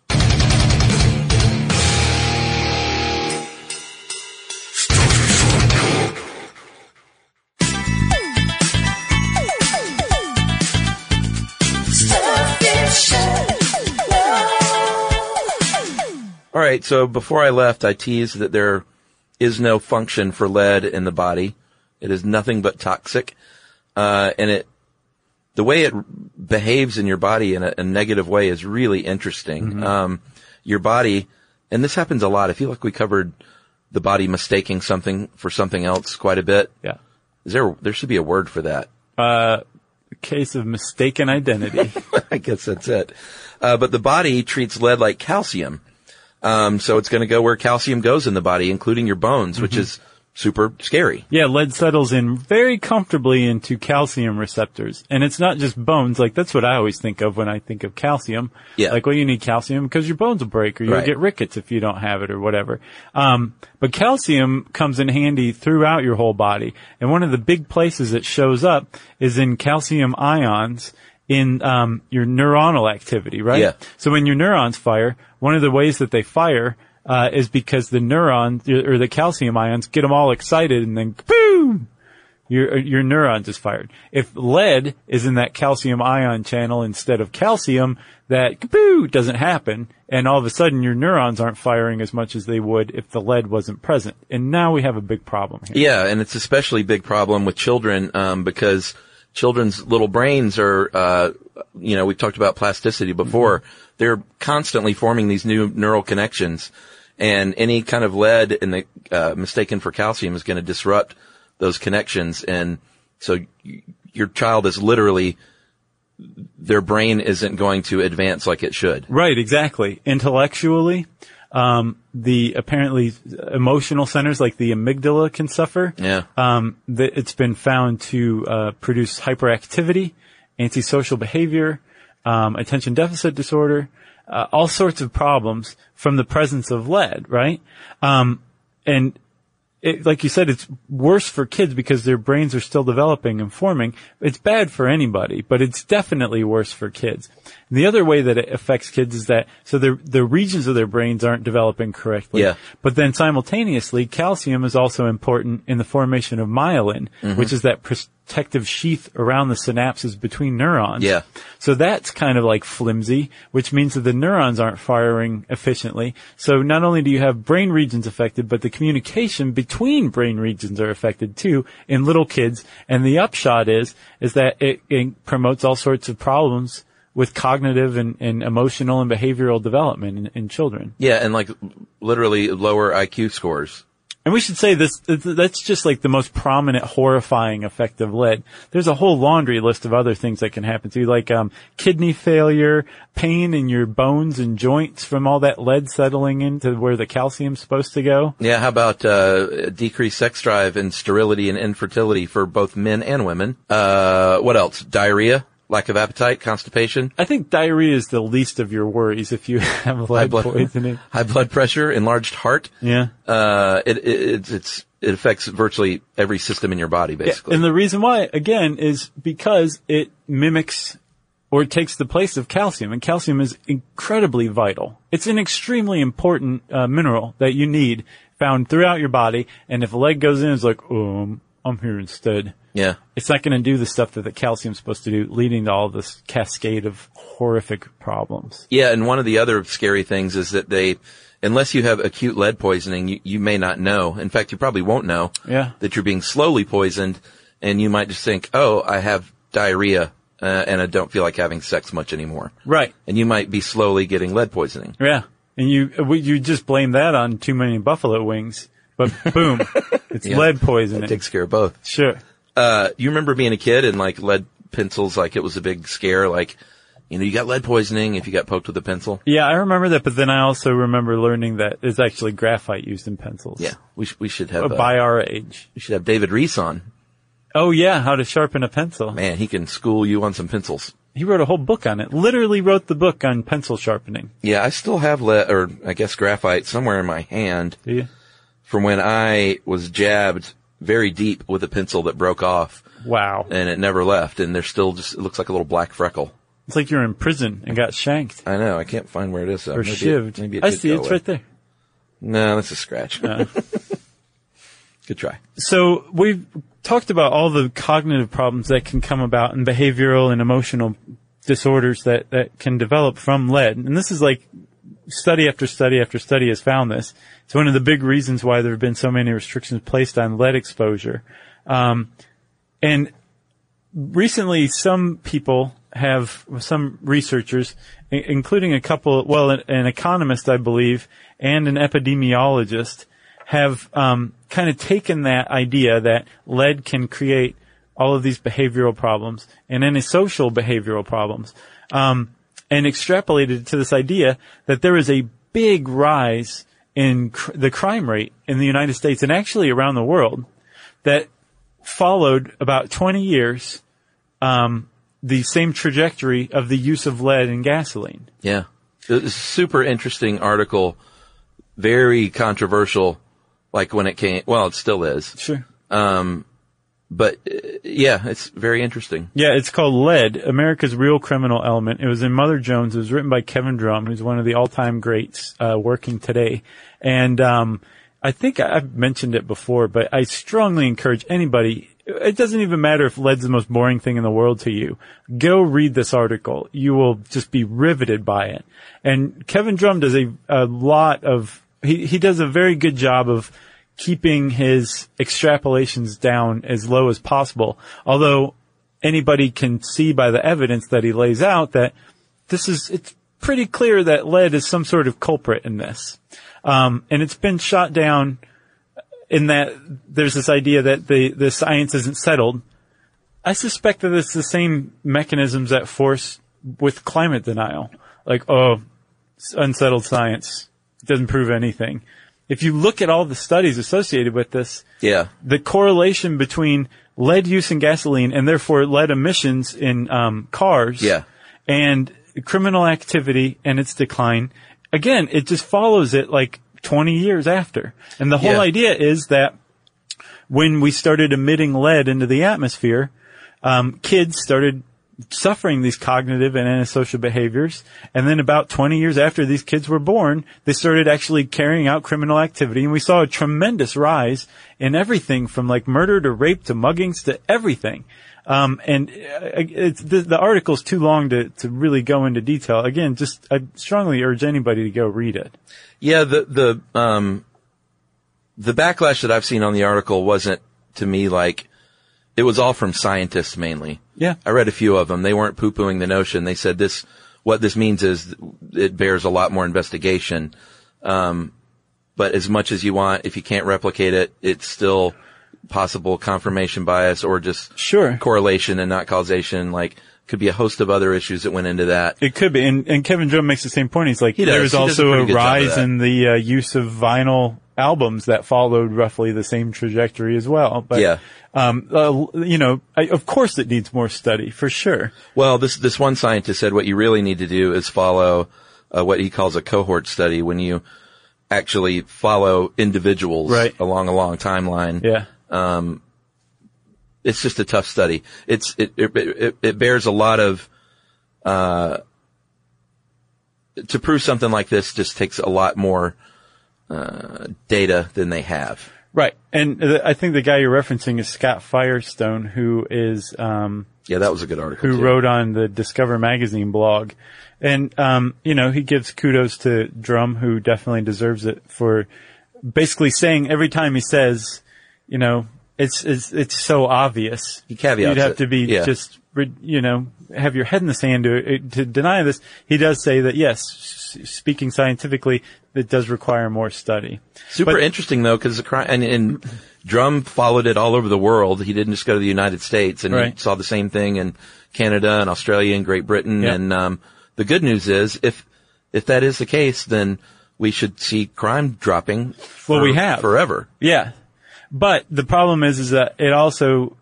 [SPEAKER 4] Stuff you should know.
[SPEAKER 3] All right. So before I left, I teased that there is no function for lead in the body. It is nothing but toxic. Uh, and it, the way it behaves in your body in a, a negative way is really interesting. Um, your body, and this happens a lot. I feel like we covered the body mistaking something for something else quite a bit.
[SPEAKER 1] Yeah.
[SPEAKER 3] Is there, there should be a word for that.
[SPEAKER 1] Case of mistaken identity.
[SPEAKER 3] I guess that's it. Uh, but the body treats lead like calcium. Um, so it's going to go where calcium goes in the body, including your bones, which is super scary.
[SPEAKER 1] yeah, lead settles in very comfortably into calcium receptors. And it's not just bones. Like, that's what I always think of when I think of calcium.
[SPEAKER 3] Yeah.
[SPEAKER 1] Like, well, you need calcium because your bones will break or you'll
[SPEAKER 3] Right.
[SPEAKER 1] get rickets if you don't have it or whatever. Um, but calcium comes in handy throughout your whole body. And one of the big places it shows up is in calcium ions in, um, your neuronal activity, right?
[SPEAKER 3] Yeah.
[SPEAKER 1] So when your neurons fire, one of the ways that they fire uh, is because the neurons or the calcium ions get them all excited, and then boom, your your neuron just fired. If lead is in that calcium ion channel instead of calcium, that kaboo doesn't happen, and all of a sudden your neurons aren't firing as much as they would if the lead wasn't present. And now we have a big problem here.
[SPEAKER 3] Yeah, and it's especially big problem with children um, because children's little brains are, uh, you know, we've talked about plasticity before. They're constantly forming these new neural connections, and any kind of lead in the uh, mistaken for calcium is going to disrupt those connections, and so y- your child is literally their brain isn't going to advance like it should.
[SPEAKER 1] Right, exactly. Intellectually, um, the apparently emotional centers like the amygdala can suffer.
[SPEAKER 3] Yeah.
[SPEAKER 1] Um, that it's been found to uh, produce hyperactivity, antisocial behavior, um, attention deficit disorder, uh, all sorts of problems from the presence of lead. Right. Um, and it, like you said, it's worse for kids because their brains are still developing and forming. It's bad for anybody, but it's definitely worse for kids. And the other way that it affects kids is that so their the regions of their brains aren't developing correctly.
[SPEAKER 3] Yeah.
[SPEAKER 1] But then simultaneously, calcium is also important in the formation of myelin, which is that protective sheath around the synapses between neurons.
[SPEAKER 3] Yeah.
[SPEAKER 1] So that's kind of like flimsy, which means that the neurons aren't firing efficiently. So not only do you have brain regions affected, but the communication between brain regions are affected too in little kids. And the upshot is, is that it, it promotes all sorts of problems with cognitive and, and emotional and behavioral development in, in children.
[SPEAKER 3] Yeah, and like literally lower IQ scores.
[SPEAKER 1] And we should say this, th- that's just like the most prominent horrifying effect of lead. There's a whole laundry list of other things that can happen to you, like, um, kidney failure, pain in your bones and joints from all that lead settling into where the calcium's supposed to go.
[SPEAKER 3] Yeah, how about uh, decreased sex drive and sterility and infertility for both men and women? Uh, what else? Diarrhea, lack of appetite, constipation,
[SPEAKER 1] I think diarrhea is the least of your worries if you have lead poisoning.
[SPEAKER 3] high blood pressure, enlarged heart.
[SPEAKER 1] Yeah.
[SPEAKER 3] Uh, it, it it's it's it affects virtually every system in your body, basically.
[SPEAKER 1] And the reason why, again, is because it mimics or takes the place of calcium, and calcium is incredibly vital. It's an extremely important uh, mineral that you need, found throughout your body. And if a leg goes in, it's like, oh, I'm- I'm here instead.
[SPEAKER 3] yeah.
[SPEAKER 1] It's not going to do the stuff that the calcium's supposed to do, leading to all this cascade of horrific problems.
[SPEAKER 3] Yeah, and one of the other scary things is that they, unless you have acute lead poisoning, you, you may not know. In fact, you probably won't know
[SPEAKER 1] Yeah.
[SPEAKER 3] that you're being slowly poisoned, and you might just think, "Oh, I have diarrhea, uh, and I don't feel like having sex much anymore."
[SPEAKER 1] Right.
[SPEAKER 3] And you might be slowly getting lead poisoning.
[SPEAKER 1] Yeah. And you uh, we- you just blame that on too many buffalo wings, but boom, it's lead poisoning.
[SPEAKER 3] It takes care of both.
[SPEAKER 1] sure.
[SPEAKER 3] Uh, you remember being a kid and like lead pencils, like it was a big scare. Like, you know, you got lead poisoning if you got poked with a pencil.
[SPEAKER 1] Yeah, I remember that, but then I also remember learning that it's actually graphite used in pencils.
[SPEAKER 3] Yeah, we sh- we should have
[SPEAKER 1] Uh,
[SPEAKER 3] uh,
[SPEAKER 1] By our age.
[SPEAKER 3] we should have David Reese on.
[SPEAKER 1] Oh yeah, how to sharpen a pencil.
[SPEAKER 3] Man, he can school you on some pencils.
[SPEAKER 1] He wrote a whole book on it. Literally wrote the book on pencil sharpening.
[SPEAKER 3] Yeah, I still have lead, or I guess graphite somewhere in my hand
[SPEAKER 1] Do you?
[SPEAKER 3] from when I was jabbed very deep with a pencil that broke off
[SPEAKER 1] Wow.
[SPEAKER 3] and it never left. And there's still just, it looks like a little black freckle.
[SPEAKER 1] It's like you're in prison and got shanked
[SPEAKER 3] I know. I can't find where it is. Though.
[SPEAKER 1] or
[SPEAKER 3] maybe
[SPEAKER 1] shivved.
[SPEAKER 3] It, maybe it
[SPEAKER 1] I
[SPEAKER 3] did
[SPEAKER 1] see,
[SPEAKER 3] go
[SPEAKER 1] it's
[SPEAKER 3] away.
[SPEAKER 1] right there.
[SPEAKER 3] No, that's a scratch. Good try.
[SPEAKER 1] So we've talked about all the cognitive problems that can come about and behavioral and emotional disorders that, that can develop from lead. And this is like study after study after study has found this. It's one of the big reasons why there have been so many restrictions placed on lead exposure. Um, and recently, some people have some researchers, i- including a couple, well, an, an economist, I believe, and an epidemiologist, have um, kind of taken that idea that lead can create all of these behavioral problems and any social behavioral problems, um, and extrapolated to this idea that there is a big rise in cr- the crime rate in the United States and actually around the world that followed about 20 years um, the same trajectory of the use of lead in gasoline.
[SPEAKER 3] Yeah. It was a super interesting article. Very controversial, like when it came, well, it still is.
[SPEAKER 1] Sure.
[SPEAKER 3] But uh, yeah, it's very interesting.
[SPEAKER 1] Yeah, it's called Lead, America's Real Criminal Element. It was in Mother Jones. It was written by Kevin Drum, who's one of the all-time greats uh, working today. And um, I think I- I've mentioned it before, but I strongly encourage anybody. It doesn't even matter if lead's the most boring thing in the world to you. Go read this article. You will just be riveted by it. And Kevin Drum does a, a lot of he he does a very good job of keeping his extrapolations down as low as possible. Although anybody can see by the evidence that he lays out that this is, it's pretty clear that lead is some sort of culprit in this. Um, and it's been shot down in that there's this idea that the, the science isn't settled. I suspect that it's the same mechanisms that force with climate denial. Like, oh, it's unsettled science it doesn't prove anything. If you look at all the studies associated with this,
[SPEAKER 3] Yeah.
[SPEAKER 1] the correlation between lead use in gasoline and therefore lead emissions in um, cars
[SPEAKER 3] Yeah.
[SPEAKER 1] and criminal activity and its decline. Again, it just follows it like 20 years after. And the whole
[SPEAKER 3] Yeah.
[SPEAKER 1] idea is that when we started emitting lead into the atmosphere, um, kids started suffering these cognitive and antisocial behaviors. And then about 20 years after these kids were born, they started actually carrying out criminal activity. And we saw a tremendous rise in everything from like murder to rape to muggings to everything. Um, and uh, it's, the, the article's too long to, to really go into detail. Again, just I strongly urge anybody to go read it.
[SPEAKER 3] Yeah, the the um the backlash that I've seen on the article wasn't to me like it was all from scientists mainly.
[SPEAKER 1] Yeah.
[SPEAKER 3] I read a few of them. They weren't poo pooing the notion. They said this what this means is it bears a lot more investigation. Um but as much as you want, if you can't replicate it, it's still possible confirmation bias or just
[SPEAKER 1] Sure.
[SPEAKER 3] correlation and not causation. Like could be a host of other issues that went into that.
[SPEAKER 1] It could be, and, and Kevin Drum makes the same point. He's like,
[SPEAKER 3] He does.
[SPEAKER 1] there was
[SPEAKER 3] He does
[SPEAKER 1] also
[SPEAKER 3] a pretty
[SPEAKER 1] a
[SPEAKER 3] good job of
[SPEAKER 1] rise
[SPEAKER 3] that.
[SPEAKER 1] in the uh, use of vinyl albums that followed roughly the same trajectory as well. But,
[SPEAKER 3] Yeah.
[SPEAKER 1] um, uh, you know, I, of course it needs more study for sure.
[SPEAKER 3] Well, this this one scientist said what you really need to do is follow uh, what he calls a cohort study when you actually follow individuals
[SPEAKER 1] Right.
[SPEAKER 3] along a long timeline.
[SPEAKER 1] Yeah,
[SPEAKER 3] It's just a tough study. It's it it it, it bears a lot of uh to prove something like this just takes a lot more uh data than they have.
[SPEAKER 1] right. And the, I think the guy you're referencing is Scott Firestone, who is um,
[SPEAKER 3] Yeah, that was a good article.
[SPEAKER 1] who
[SPEAKER 3] too.
[SPEAKER 1] wrote on the Discover Magazine blog. And, um, you know, he gives kudos to Drum, who definitely deserves it for basically saying every time he says, you know, it's, it's, it's so obvious.
[SPEAKER 3] He caveats
[SPEAKER 1] You'd have
[SPEAKER 3] it.
[SPEAKER 1] to be
[SPEAKER 3] Yeah.
[SPEAKER 1] just, re- you know, have your head in the sand to, to deny this. He does say that yes, s- speaking scientifically, it does require more study.
[SPEAKER 3] Super
[SPEAKER 1] But-
[SPEAKER 3] interesting though, because the crime and, and Drum followed it all over the world. He didn't just go to the United States, and he
[SPEAKER 1] Right.
[SPEAKER 3] saw the same thing in Canada and Australia and Great Britain.
[SPEAKER 1] Yeah.
[SPEAKER 3] And um, the good news is, if if that is the case, then we should see crime dropping.
[SPEAKER 1] Well,
[SPEAKER 3] for-
[SPEAKER 1] we have.
[SPEAKER 3] forever.
[SPEAKER 1] Yeah. But the problem is, is that it also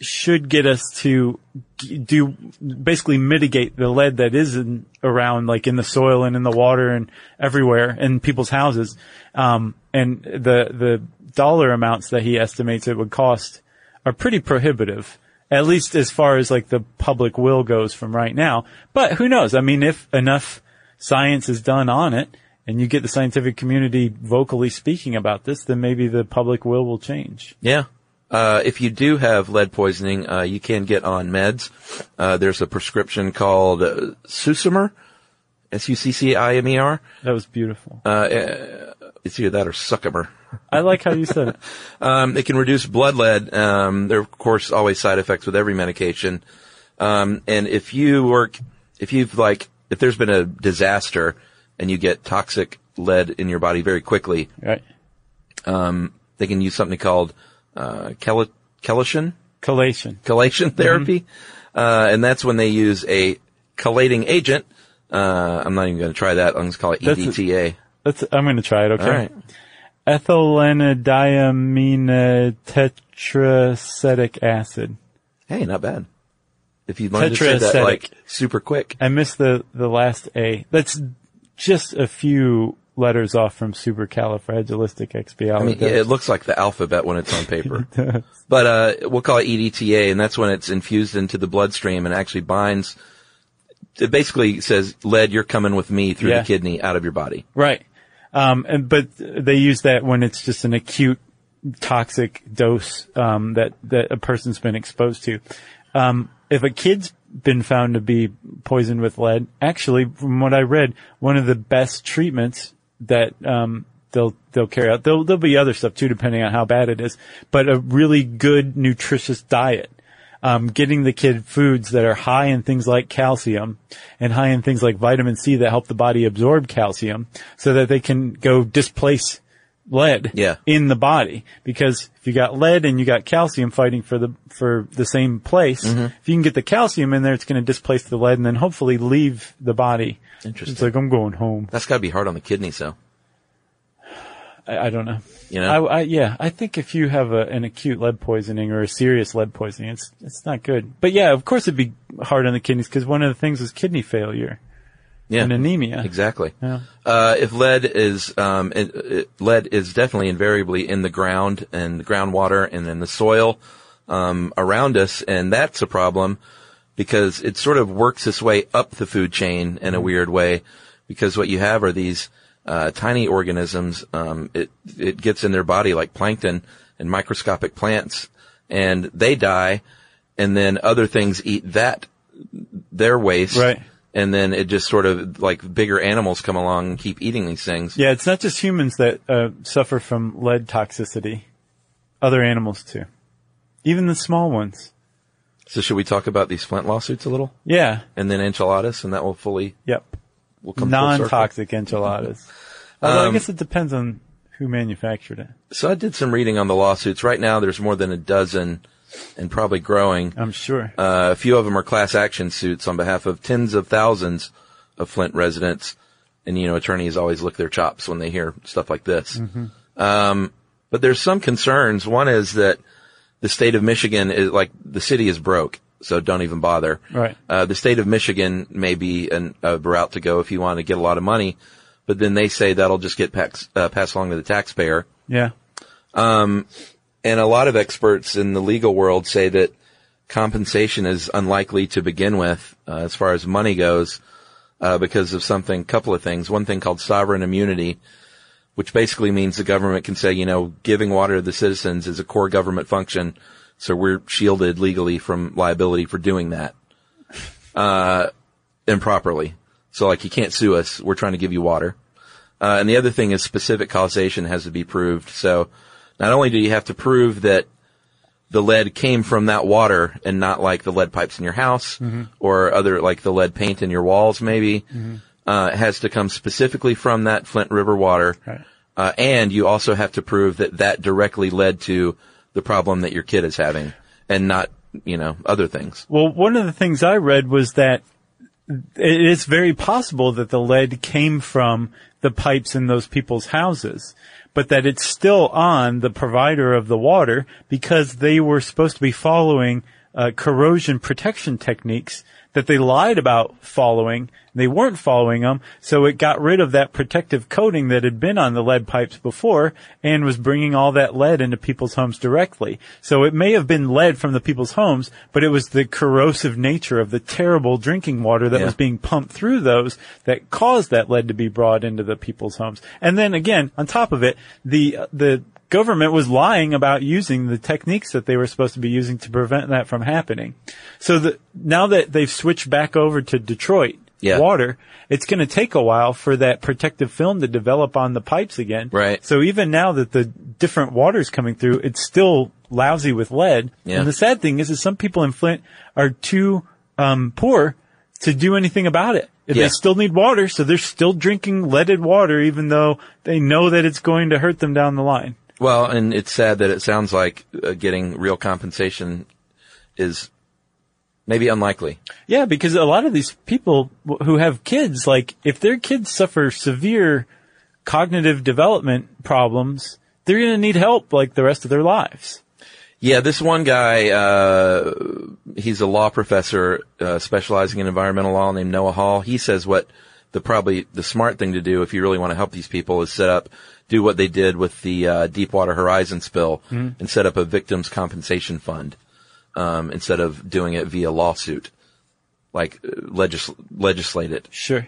[SPEAKER 1] should get us to g- do basically mitigate the lead that is in, around, like in the soil and in the water and everywhere in people's houses. Um, and the, the dollar amounts that he estimates it would cost are pretty prohibitive. At least as far as like the public will goes from right now. But who knows? I mean, if enough science is done on it and you get the scientific community vocally speaking about this, then maybe the public will will change.
[SPEAKER 3] Yeah. Uh, if you do have lead poisoning, uh, you can get on meds. Uh, there's a prescription called uh, Susamer. S-U-C-C-I-M-E-R.
[SPEAKER 1] That was beautiful.
[SPEAKER 3] Uh, eh, E it's either that or succumer.
[SPEAKER 1] I like how you said it.
[SPEAKER 3] Um, it can reduce blood lead. Um, there are, of course, always side effects with every medication. Um, and if you work, if you've like, if there's been a disaster and you get toxic lead in your body very quickly,
[SPEAKER 1] Right.
[SPEAKER 3] they can use something called, uh, chela- chelation,
[SPEAKER 1] Collation.
[SPEAKER 3] chelation therapy. Uh, and that's when they use a chelating agent. Uh, I'm not even going to try that. I'm just going to call it E
[SPEAKER 1] That's a-
[SPEAKER 3] EDTA.
[SPEAKER 1] That's, I'm going to try it. Okay.
[SPEAKER 3] All right.
[SPEAKER 1] Ethylenediamine tetracetic acid.
[SPEAKER 3] Hey, not bad. If you learned to say that
[SPEAKER 1] Tetracetic.
[SPEAKER 3] like super quick.
[SPEAKER 1] I missed the, the last A. That's just a few letters off from supercalifragilisticexpialidocious.
[SPEAKER 3] I mean, yeah, it looks like the alphabet when it's on paper. but uh, we'll call it EDTA, and that's when it's infused into the bloodstream and actually binds. It basically says, "Lead, you're coming with me through
[SPEAKER 1] Yeah.
[SPEAKER 3] the kidney out of your body."
[SPEAKER 1] Right. Um, and, but they use that when it's just an acute toxic dose, um, that, that a person's been exposed to. Um, if a kid's been found to be poisoned with lead, actually, from what I read, one of the best treatments that, um, they'll, they'll carry out, there'll, there'll be other stuff too, depending on how bad it is, but a really good nutritious diet um, getting the kid foods that are high in things like calcium and high in things like vitamin C that help the body absorb calcium so that they can go displace lead
[SPEAKER 3] Yeah.
[SPEAKER 1] in the body. Because if you got lead and you got calcium fighting for the, for the same place,
[SPEAKER 3] Mm-hmm.
[SPEAKER 1] if you can get the calcium in there, it's going to displace the lead and then hopefully leave the body.
[SPEAKER 3] Interesting.
[SPEAKER 1] It's like, I'm going home.
[SPEAKER 3] That's got to be hard on the kidneys, though.
[SPEAKER 1] I, I don't know.
[SPEAKER 3] You know?
[SPEAKER 1] I, I, yeah, I think if you have a, an acute lead poisoning or a serious lead poisoning, it's it's not good. But yeah, of course it'd be hard on the kidneys because one of the things was kidney failure
[SPEAKER 3] Yeah,
[SPEAKER 1] and anemia.
[SPEAKER 3] exactly.
[SPEAKER 1] Yeah.
[SPEAKER 3] Uh, if lead is um, it, it, lead is definitely invariably in the ground and the groundwater and in the soil um, around us, and that's a problem because it sort of works its way up the food chain
[SPEAKER 1] Mm-hmm.
[SPEAKER 3] in a weird way. Because what you have are these uh, tiny organisms. Um, it it gets in their body like plankton and microscopic plants, and they die, and then other things eat that their waste,
[SPEAKER 1] Right.
[SPEAKER 3] And then it just sort of like bigger animals come along and keep eating these things.
[SPEAKER 1] Yeah, it's not just humans that uh, suffer from lead toxicity; other animals too, even the small ones.
[SPEAKER 3] So should we talk about these Flint lawsuits a little,
[SPEAKER 1] Yeah.
[SPEAKER 3] and then enchiladas, and that will fully
[SPEAKER 1] Yep.
[SPEAKER 3] will come full circle? Um,
[SPEAKER 1] Non-toxic enchiladas. Although I guess it depends on who manufactured it.
[SPEAKER 3] So I did some reading on the lawsuits. Right now, there's more than a dozen, and probably growing.
[SPEAKER 1] I'm sure.
[SPEAKER 3] Uh, a few of them are class action suits on behalf of tens of thousands of Flint residents. And, you know, attorneys always lick their chops when they hear stuff like this. Um, but there's some concerns. One is that the state of Michigan is like, the city is broke. So don't even bother.
[SPEAKER 1] Right.
[SPEAKER 3] Uh, the state of Michigan may be an, a route to go if you want to get a lot of money, but then they say that'll just get pax, uh, passed along to the taxpayer.
[SPEAKER 1] yeah.
[SPEAKER 3] And a lot of experts in the legal world say that compensation is unlikely to begin with, uh, as far as money goes, uh, because of something, couple of things. One thing called sovereign immunity, which basically means the government can say, you know, giving water to the citizens is a core government function, so we're shielded legally from liability for doing that, uh, improperly. So like, you can't sue us. We're trying to give you water. Uh, and the other thing is specific causation has to be proved. So not only do you have to prove that the lead came from that water and not like the lead pipes in your house or other like the lead paint in your walls maybe, uh, it has to come specifically from that Flint River water.
[SPEAKER 1] Right.
[SPEAKER 3] Uh, and you also have to prove that that directly led to the problem that your kid is having and not, you know, other things.
[SPEAKER 1] Well, one of the things I read was that it is very possible that the lead came from the pipes in those people's houses, but that it's still on the provider of the water because they were supposed to be following uh, corrosion protection techniques that they lied about following. They weren't following them, so it got rid of that protective coating that had been on the lead pipes before and was bringing all that lead into people's homes directly. So it may have been lead from the people's homes, but it was the corrosive nature of the terrible drinking water that
[SPEAKER 3] Yeah.
[SPEAKER 1] was being pumped through those that caused that lead to be brought into the people's homes. And then again, on top of it, the, the, Government was lying about using the techniques that they were supposed to be using to prevent that from happening. So the, now that they've switched back over to Detroit,
[SPEAKER 3] Yeah.
[SPEAKER 1] water, it's going to take a while for that protective film to develop on the pipes again.
[SPEAKER 3] Right.
[SPEAKER 1] So even now that the different water's coming through, it's still lousy with lead.
[SPEAKER 3] Yeah.
[SPEAKER 1] And the sad thing is, is some people in Flint are too um, poor to do anything about it. If
[SPEAKER 3] Yeah.
[SPEAKER 1] They still need water, so they're still drinking leaded water, even though they know that it's going to hurt them down the line.
[SPEAKER 3] Well, and it's sad that it sounds like uh, getting real compensation is maybe unlikely.
[SPEAKER 1] Yeah, because a lot of these people w- who have kids, like if their kids suffer severe cognitive development problems, they're going to need help like the rest of their lives.
[SPEAKER 3] Yeah, this one guy, uh, he's a law professor uh, specializing in environmental law named Noah Hall. He says what the probably the smart thing to do if you really want to help these people is set up, do what they did with the uh, Deepwater Horizon spill and set up a victims compensation fund um, instead of doing it via lawsuit, like uh, legis- legislate it.
[SPEAKER 1] Sure.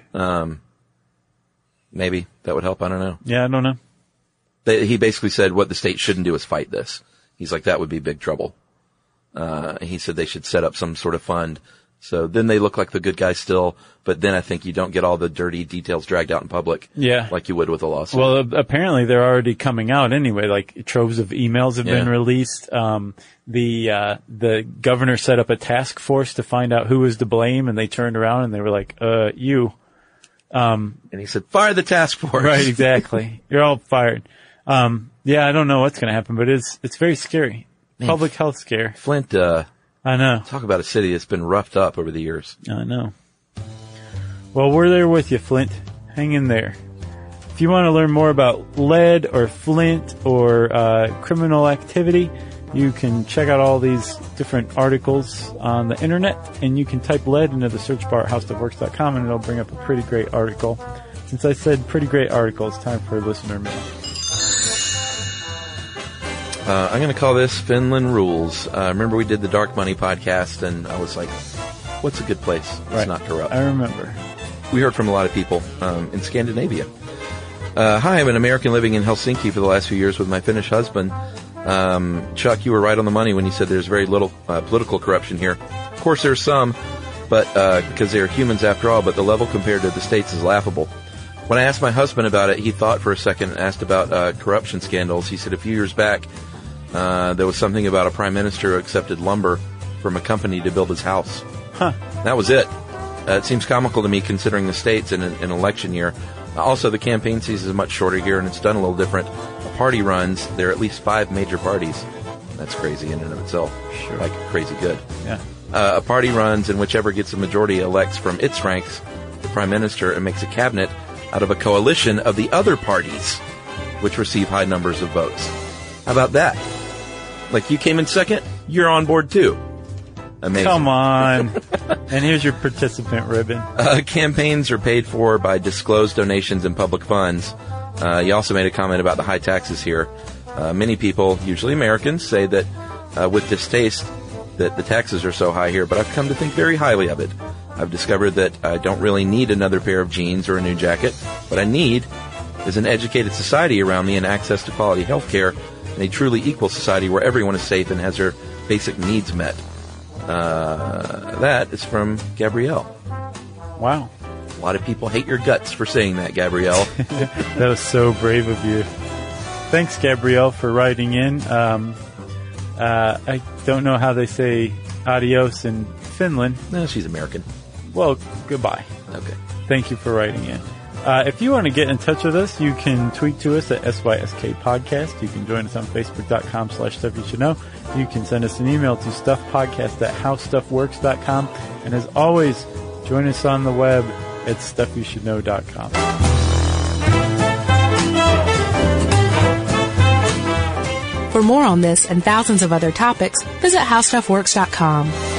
[SPEAKER 3] Maybe that would help. I don't know.
[SPEAKER 1] yeah, I don't know.
[SPEAKER 3] They, he basically said what the state shouldn't do is fight this. He's like, that would be big trouble. Uh, he said they should set up some sort of fund. So then they look like the good guys still, but then I think you don't get all the dirty details dragged out in public.
[SPEAKER 1] Yeah.
[SPEAKER 3] Like you would with a lawsuit.
[SPEAKER 1] Well, a- apparently they're already coming out anyway. Like troves of emails have been
[SPEAKER 3] Yeah.
[SPEAKER 1] released. Um, the uh, the governor set up a task force to find out who was to blame, and they turned around and they were like, "Uh, you."
[SPEAKER 3] and he said, fire the task force.
[SPEAKER 1] Right, exactly. You're all fired. Um, yeah, I don't know what's going to happen, but it's it's very scary. Public health scare.
[SPEAKER 3] Flint, uh,
[SPEAKER 1] I know.
[SPEAKER 3] talk about a city that's been roughed up over the years.
[SPEAKER 1] I know. Well, we're there with you, Flint. Hang in there. If you want to learn more about lead or Flint or uh, criminal activity, you can check out all these different articles on the internet, and you can type lead into the search bar at howstuffworks.com, and it'll bring up a pretty great article. Since I said pretty great article, it's time for listener mail.
[SPEAKER 3] Uh, I'm going to call this Finland Rules. Uh, remember we did the Dark Money podcast and I was like, what's a good place? It's not corrupt.
[SPEAKER 1] I remember.
[SPEAKER 3] we heard from a lot of people um, in Scandinavia. Uh, hi, I'm an American living in Helsinki for the last few years with my Finnish husband. Um, Chuck, you were right on the money when you said there's very little uh, political corruption here. Of course, there's some, but because they're humans after all. But the level compared to the states is laughable. When I asked my husband about it, he thought for a second and asked about uh, corruption scandals. He said a few years back uh, there was something about a prime minister who accepted lumber from a company to build his house. That was it. Uh, it seems comical to me considering the states in an, an election year. Uh, Also, the campaign season is much shorter here and it's done a little different. The party runs, there are at least five major parties. That's crazy in and of itself.
[SPEAKER 1] Sure.
[SPEAKER 3] Like, crazy good.
[SPEAKER 1] Yeah.
[SPEAKER 3] Uh, a party runs and whichever gets a majority elects from its ranks the prime minister and makes a cabinet out of a coalition of the other parties which receive high numbers of votes. How about that? Like, you came in second, you're on board too. Amazing.
[SPEAKER 1] Come on. and here's your participant ribbon.
[SPEAKER 3] Uh, campaigns are paid for by disclosed donations and public funds. Uh, you also made a comment about the high taxes here. Uh, many people, usually Americans, say that uh, with distaste that the taxes are so high here, but I've come to think very highly of it. I've discovered that I don't really need another pair of jeans or a new jacket. What I need is an educated society around me and access to quality health care and a truly equal society where everyone is safe and has their basic needs met. Uh, that is from Gabrielle.
[SPEAKER 1] Wow.
[SPEAKER 3] A lot of people hate your guts for saying that, Gabrielle.
[SPEAKER 1] That was so brave of you. Thanks, Gabrielle, for writing in. Um, uh, I don't know how they say adios in Finland.
[SPEAKER 3] no, she's American.
[SPEAKER 1] Well, goodbye.
[SPEAKER 3] Okay.
[SPEAKER 1] Thank you for writing in. Uh, if you want to get in touch with us, you can tweet to us at SYSK Podcast. You can join us on Facebook.com slash Stuff You Should Know. You can send us an email to StuffPodcast at HowStuffWorks.com. And as always, join us on the web at StuffYouShouldKnow.com.
[SPEAKER 2] For more on this and thousands of other topics, visit howstuffworks.com.